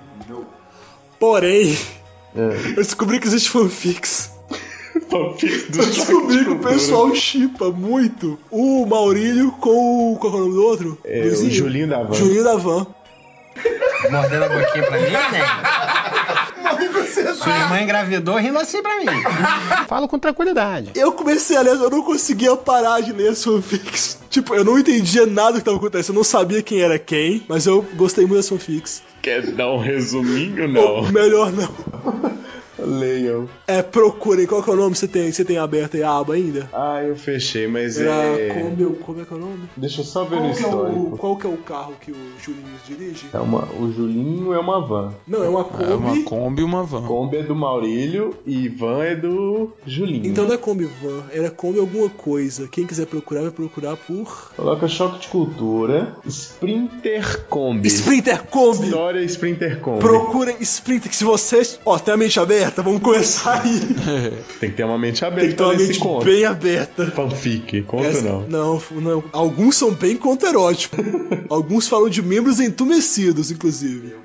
S4: Porém,
S5: É.
S4: eu descobri que existe fanfics.
S5: Fanfics do
S4: Eu descobri que o pessoal chipa muito o Maurílio com o. Qual que é o nome do outro?
S5: É, o
S4: Luizinho?
S5: Julinho da Van.
S4: Julinho da Van.
S2: Mordendo a boquinha pra mim, né? Sua irmã engravidou rindo assim pra mim. Falo com tranquilidade.
S4: Eu comecei a ler, eu não conseguia parar de ler as fanfics. Tipo, eu não entendia nada do que tava acontecendo, eu não sabia quem era quem, mas eu gostei muito das fanfics.
S5: Quer dar um resuminho? Não.
S4: Melhor não.
S5: Leiam.
S4: É, procurem, qual que é o nome que você tem? Você tem aberta aí a aba ainda?
S5: Ah, eu fechei, mas
S4: É,
S5: é.
S4: como, eu- como é que é o nome?
S5: Deixa eu só ver o
S4: Qual que é
S5: histórico.
S4: o- qual que é o carro que o Julinho dirige?
S5: É uma- o Julinho é uma van.
S4: Não, é uma Kombi.
S5: Kombi e uma van. Kombi é do Maurílio e van é do Julinho.
S4: Então não é Kombi Van, era Kombi alguma coisa. Quem quiser procurar, vai procurar por.
S5: Coloca choque de cultura, Sprinter Kombi.
S4: Sprinter Kombi!
S5: História Sprinter Kombi.
S4: Procurem Sprinter, que se vocês. Ó, tem a mente aberta, vamos começar aí.
S5: Tem que ter uma mente aberta
S4: Tem que ter uma
S5: nesse
S4: Então, mente
S5: conto.
S4: bem aberta.
S5: Fanfic, conto
S4: Essa-
S5: não.
S4: Não, não. Alguns são bem contra-eróticos. Alguns falam de membros entumecidos, inclusive.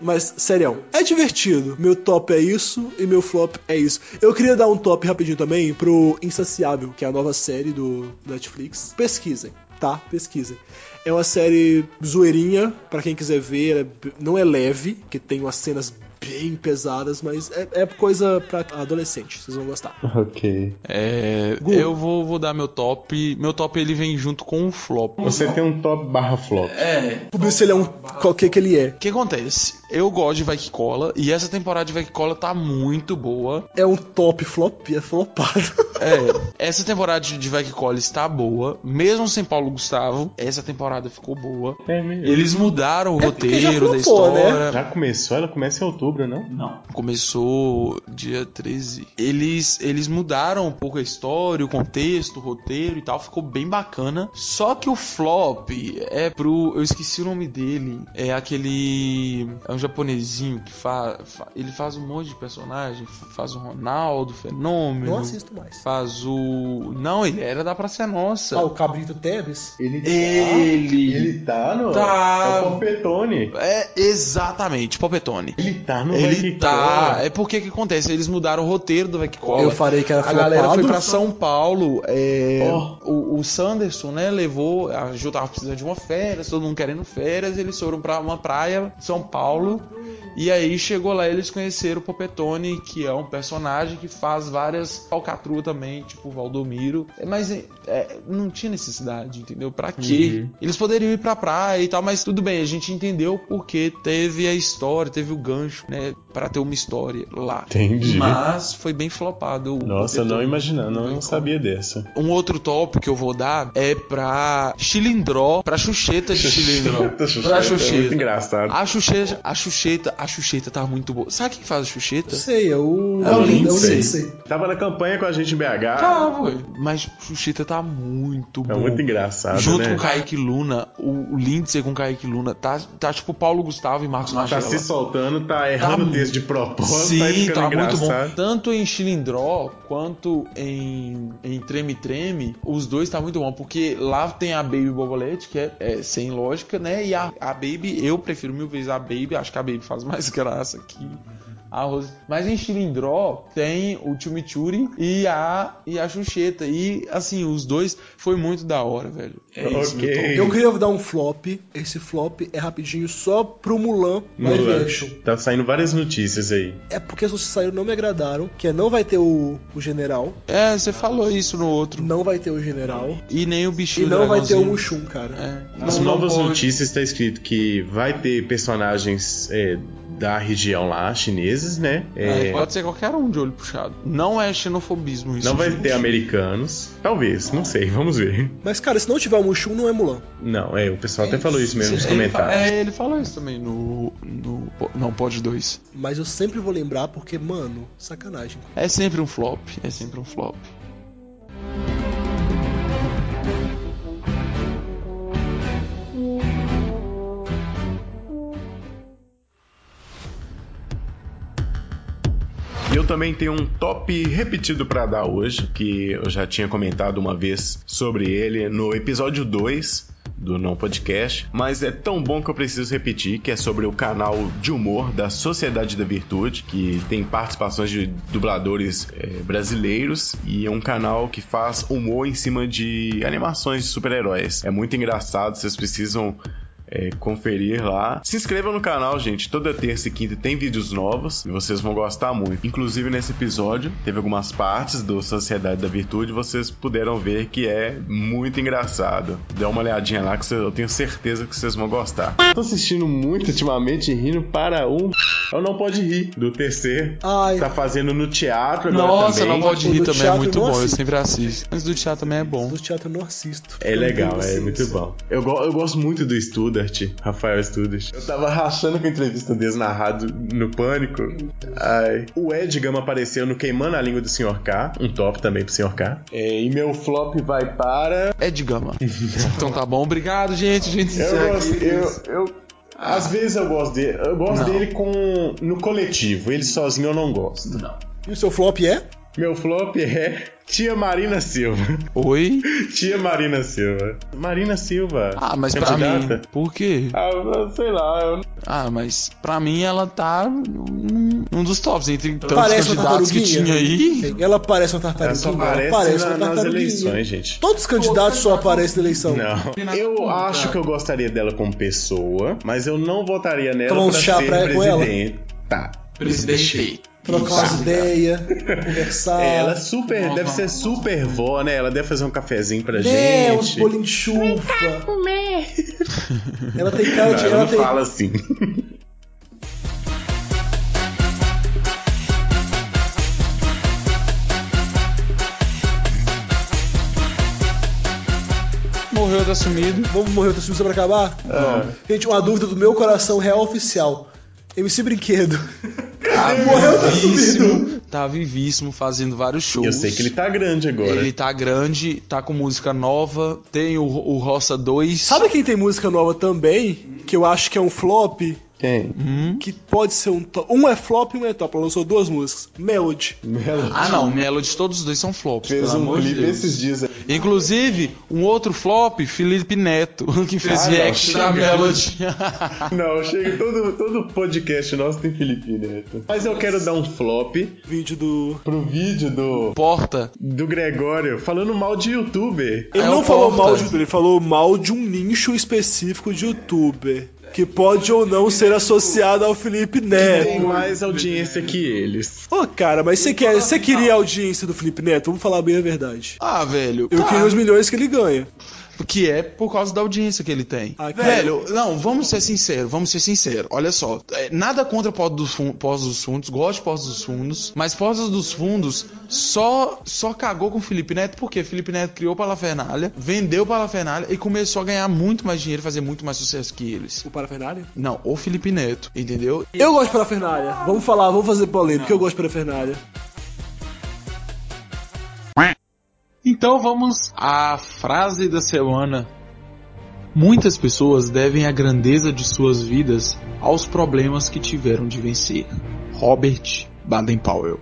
S4: Mas, sério, é divertido. Meu top é isso e meu flop é isso. Eu queria dar um top rapidinho também pro Insaciável, que é a nova série do Netflix. Pesquisem, tá? Pesquisem. É uma série zoeirinha, pra quem quiser ver. ela é b- não é leve, que tem umas cenas bem pesadas, mas é, é coisa pra adolescente. Vocês vão gostar.
S5: Ok.
S3: É, eu vou, vou dar meu top. Meu top ele vem junto com o flop.
S5: Você tem um top barra flop.
S3: É.
S4: O Bruce, ele é um. Qual que que ele é? O
S3: que acontece? Eu gosto de Vai Que Cola e essa temporada de Vai Que Cola tá muito boa.
S4: É um top flop, é flopado.
S3: É, essa temporada de Vai Que Cola está boa. Mesmo sem Paulo Gustavo, essa temporada ficou boa.
S5: É mesmo.
S3: Eles mudaram
S4: É
S3: o
S5: porque já
S3: roteiro da
S5: flopou, né?
S3: história.
S5: Já começou? Ela começa em outubro, não?
S7: Não.
S3: Começou dia 13. Eles, eles mudaram um pouco a história, o contexto, o roteiro e tal. Ficou bem bacana. Só que o flop é pro. Eu esqueci o nome dele. É aquele. É um japonesinho que faz. ele faz um monte de personagem. fa- Faz o Ronaldo, Fenômeno.
S4: Não assisto mais.
S3: Faz o. Não, ele era da Praça é Nossa.
S4: Ah, o Cabrito Teves?
S5: Ele tá.
S3: Ele.
S5: Ele tá no.
S3: Tá.
S5: É o Pompetone.
S3: É, exatamente, Popetone.
S5: Ele tá no Vai
S3: Ele
S5: Que
S3: tá.
S5: Cola.
S3: É porque que acontece? Eles mudaram o roteiro do Vai Que Cola.
S4: Eu falei que era
S3: A galera
S4: flopado.
S3: foi pra São Paulo. é,
S4: Ó.
S3: o, o Sanderson, né, levou. A Ju tava precisando de uma férias, todo mundo querendo férias. Eles foram pra uma praia, São Paulo. E aí chegou lá, eles conheceram o Popetone, que é um personagem que faz várias falcatrua também, tipo o Valdomiro. É, Mas é, é, não tinha necessidade, entendeu? Pra quê?
S5: Uhum.
S3: Eles poderiam ir pra praia e tal, mas tudo bem, a gente entendeu porque teve a história, teve o gancho, né? Pra ter uma história lá.
S5: Entendi.
S3: Mas foi bem flopado. o
S5: Nossa, eu não
S3: Popetone.
S5: imaginava, não, não sabia dessa.
S3: Um outro top que eu vou dar é pra chilindró, pra chucheta de chilindró.
S5: Xuxeta, Xuxeta,
S3: pra
S5: é muito
S3: chucheta.
S5: engraçado.
S3: A chucheta, a chucheta, a a Xuxeta tá muito boa. Sabe quem faz a Xuxeta?
S4: Sei, é o.
S5: É o Lindsay.
S4: Lindsay.
S5: Tava na campanha com a gente em BH. Tá,
S3: Tava, Tá, mas Xuxeta tá muito
S5: É
S3: bom.
S5: muito engraçado,
S3: Junto
S5: né?
S3: com o Kaique Luna, o o Lindsay com o Kaique Luna, tá, tá tipo Paulo Gustavo e Marcos
S5: Tá
S3: Machado.
S5: se soltando, tá errando o texto de propósito, tá
S3: Sim,
S5: ficando
S3: tá muito bom.
S5: engraçado.
S3: Tanto em Chilindró quanto em, em Treme Treme, os dois tá muito bom. Porque lá tem a Baby Bobolete, que é, é sem lógica, né? E a, a Baby, eu prefiro mil vezes a Baby, acho que a Baby faz mais graça que a Rose. Mas em Chilindró tem o Chimichurri e a, e a Xuxeta. E assim, os dois foi muito da hora, velho. É isso, meu top.
S4: Eu queria dar um flop. Esse flop é rapidinho só pro Mulan live
S5: Mulan.
S4: action.
S5: Tá saindo várias notícias aí.
S4: É porque as notícias que saíram não me agradaram, que é não vai ter o, o general.
S3: É, você falou isso no outro.
S4: Não vai ter o general.
S3: E nem o
S4: E
S3: bichinho É.
S4: não vai ter um o
S3: dragãozinho.
S4: Mushum, cara.
S5: Nas novas notícias está escrito que vai ter personagens é, da região lá, chineses, né? É,
S3: É, pode ser qualquer um de olho puxado. Não é xenofobismo isso.
S5: não vai
S3: gente.
S5: ter americanos. Talvez, não sei, vamos ver.
S4: Mas, cara, se não tiver o Mushum, não é Mulan.
S5: Não, é, o pessoal até falou isso mesmo nos
S3: Ele fa-
S5: comentários.
S3: É, ele falou isso também no. no po- não, pode dois.
S4: Mas eu sempre vou lembrar porque, mano, sacanagem.
S3: É sempre um flop. É sempre um flop.
S5: E eu também tenho um top repetido pra dar hoje, que eu já tinha comentado uma vez sobre ele no episódio 2 do Não Podcast, mas é tão bom que eu preciso repetir, que é sobre o canal de humor da Sociedade da Virtude, que tem participações de dubladores eh, brasileiros e é um canal que faz humor em cima de animações de super-heróis. É muito engraçado, vocês precisam é, conferir lá. Se inscreva no canal, gente. Toda terça e quinta tem vídeos novos e vocês vão gostar muito. Inclusive nesse episódio, teve algumas partes do Sociedade da Virtude, vocês puderam ver que é muito engraçado. Dá uma olhadinha lá que cê- eu tenho certeza que vocês vão gostar. Tô assistindo muito ultimamente, rindo para um. Eu não pode rir do TC.
S4: Ai.
S5: Tá fazendo no teatro agora
S3: Nossa,
S5: também.
S3: não pode rir também, é muito bom. Eu
S5: esse
S3: sempre assisto. Mas do teatro também é bom.
S4: Do teatro eu não assisto.
S5: é legal, é muito bom. Eu, go- eu gosto muito do Studart, Rafael Studart. Eu tava rachando com a entrevista deles na rádio no Pânico. Ai. O Ed Gama apareceu no Queimando a Língua do Sr. K, um top também pro Sr. K. É, e meu flop vai para.
S3: Ed é Gama. então tá bom, obrigado, gente. gente
S5: Eu gosto,
S3: aqui.
S5: eu, eu- às vezes eu gosto dele. Eu gosto dele com, no coletivo. Ele sozinho eu não gosto. Não.
S4: E o seu flop é?
S5: Meu flop é Tia Marina Silva.
S3: Oi?
S5: Tia Marina Silva. Marina Silva.
S3: Ah, mas pra mim.
S5: Candidata.
S3: Por quê?
S5: Ah, sei lá.
S3: Ah, mas pra mim ela tá num, num dos tops entre tantos
S4: parece uma
S3: candidatos que
S4: tartaruguinha.
S3: tinha aí.
S4: Ela parece uma tartaruguinha.
S5: Ela só aparece na-
S4: uma
S5: nas
S4: tartaruguinha.
S5: eleições, gente.
S4: Todos os candidatos só aparecem na eleição.
S5: Não. Eu acho que eu gostaria dela como pessoa, mas eu não votaria nela
S4: Tomar um
S5: pra
S4: chá
S5: ser
S4: pra- com ela?
S5: presidente. Tá.
S3: Presidente.
S4: Trocar umas ideias, conversar.
S5: É, ela é super, deve ser super vó, né? Ela deve fazer um cafezinho pra
S4: É, uns
S5: gente.
S4: bolinhos de chuva.
S14: comer.
S4: Ela tem cara de.
S5: Não, ela
S4: Ela
S5: não
S4: tem,
S5: fala assim.
S3: Morreu do assumido.
S4: Vamos morrer do assumido só pra acabar?
S5: Vamos.
S4: Gente, uma dúvida do meu coração real oficial. MC Brinquedo. morreu do assumido.
S3: Tá vivíssimo, fazendo vários shows.
S5: Eu sei que ele tá grande agora.
S3: Ele tá grande, tá com música nova, tem o, o Roça 2.
S4: Sabe quem tem música nova também? Que eu acho que é um flop?
S5: Quem?
S4: Que pode ser um top. Um é flop e um é top. Ela lançou duas músicas. Melody.
S5: Melody.
S3: Ah não, Melody, todos os dois são flops,
S5: Fez
S3: pelo
S5: um
S3: amor de
S5: clipe
S3: Deus.
S5: esses dias.
S3: Inclusive, um outro flop, Felipe Neto, que fez
S5: Ah, não,
S3: react
S4: tá
S3: da
S5: chega.
S3: Melody. Ah.
S5: Não, chega todo, todo podcast nosso tem Felipe Neto. Mas eu quero dar um flop.
S4: Vídeo do.
S5: Pro vídeo do.
S3: Porta.
S5: Do Gregório, falando mal de youtuber.
S4: Ele não falou mal de youtuber, ele falou mal de um nicho específico de youtuber. Que pode ou não ser associado ao Felipe
S5: Tem
S4: Neto.
S5: mais audiência que eles.
S4: Ô, cara, mas você quer, você queria a audiência do Felipe Neto? Vamos falar bem a verdade.
S3: Ah, velho.
S4: Eu
S3: tá.
S4: queria os milhões que ele ganha.
S3: Que é por causa da audiência que ele tem. Ah, Velho, não, vamos ser sinceros, vamos ser sinceros. Olha só, é, nada contra Porta dos, fun Porta dos Fundos, gosto de Porta dos Fundos, mas Porta dos Fundos só só cagou com o Felipe Neto porque Felipe Neto criou Parafernália, vendeu Parafernália e começou a ganhar muito mais dinheiro, fazer muito mais sucesso que eles.
S4: O Parafernália?
S3: Não, o Felipe Neto, entendeu?
S4: Eu gosto de Parafernália. Vamos falar, vamos fazer polêmica, porque eu gosto de Parafernália.
S3: Então vamos à frase da semana. Muitas pessoas devem a grandeza de suas vidas aos problemas que tiveram de vencer. Robert Baden-Powell.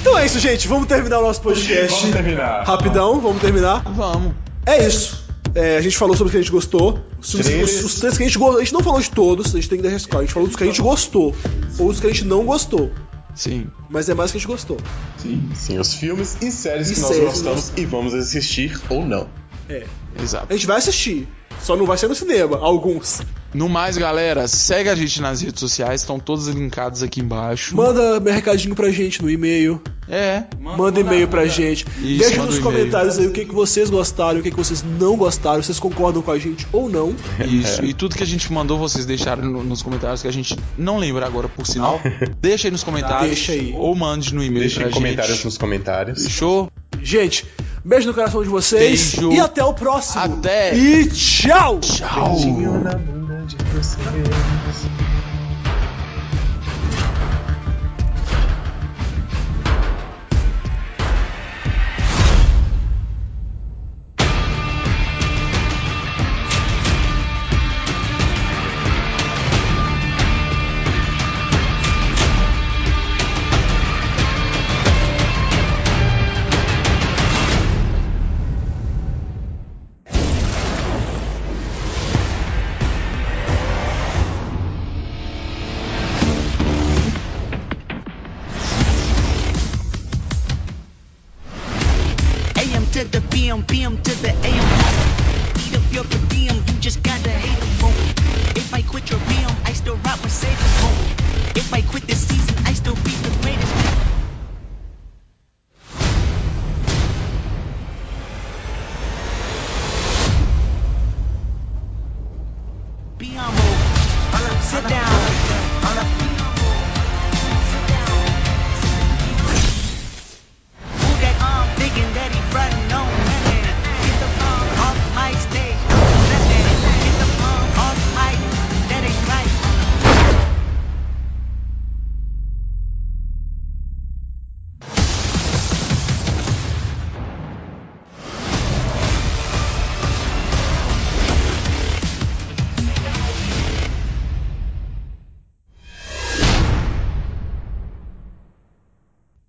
S4: Então é isso, gente. Vamos terminar o nosso podcast.
S5: Vamos terminar.
S4: Rapidão, vamos terminar?
S3: Vamos.
S4: É isso. É, a gente falou sobre o que a gente gostou. Três. Os, os três que a gente gostou. A gente não falou de todos, a gente tem que deixar claro. A gente falou dos que a gente gostou. Ou dos que a gente não gostou.
S3: Sim.
S4: Mas é mais que a gente gostou.
S5: Sim, sim. Os filmes e séries e né? que séries nós gostamos nós... e vamos assistir ou não.
S4: É.
S3: Exato.
S4: A gente vai assistir. Só não vai ser no cinema, alguns.
S3: No mais, galera, segue a gente nas redes sociais, estão todos linkados aqui embaixo.
S4: Manda recadinho pra gente no e-mail.
S3: É.
S4: Manda, manda e-mail pra gente. Isso, Deixa nos comentários aí o que, que vocês gostaram, o que, que vocês não gostaram, vocês concordam com a gente ou não.
S3: Isso, é. e tudo que a gente mandou, vocês deixaram no, nos comentários, que a gente não lembra agora, por sinal. Deixa aí nos comentários.
S4: Deixa aí.
S3: Ou mande no e-mail
S5: Deixa
S3: pra
S5: em comentários nos comentários.
S3: Fechou?
S4: Gente, beijo no coração de vocês.
S3: Beijo.
S4: E até o próximo.
S3: Até.
S4: E tchau.
S3: Tchau.
S14: quit your realm, I still rock with saving home. If I quit this season, I still be the greatest.
S12: um,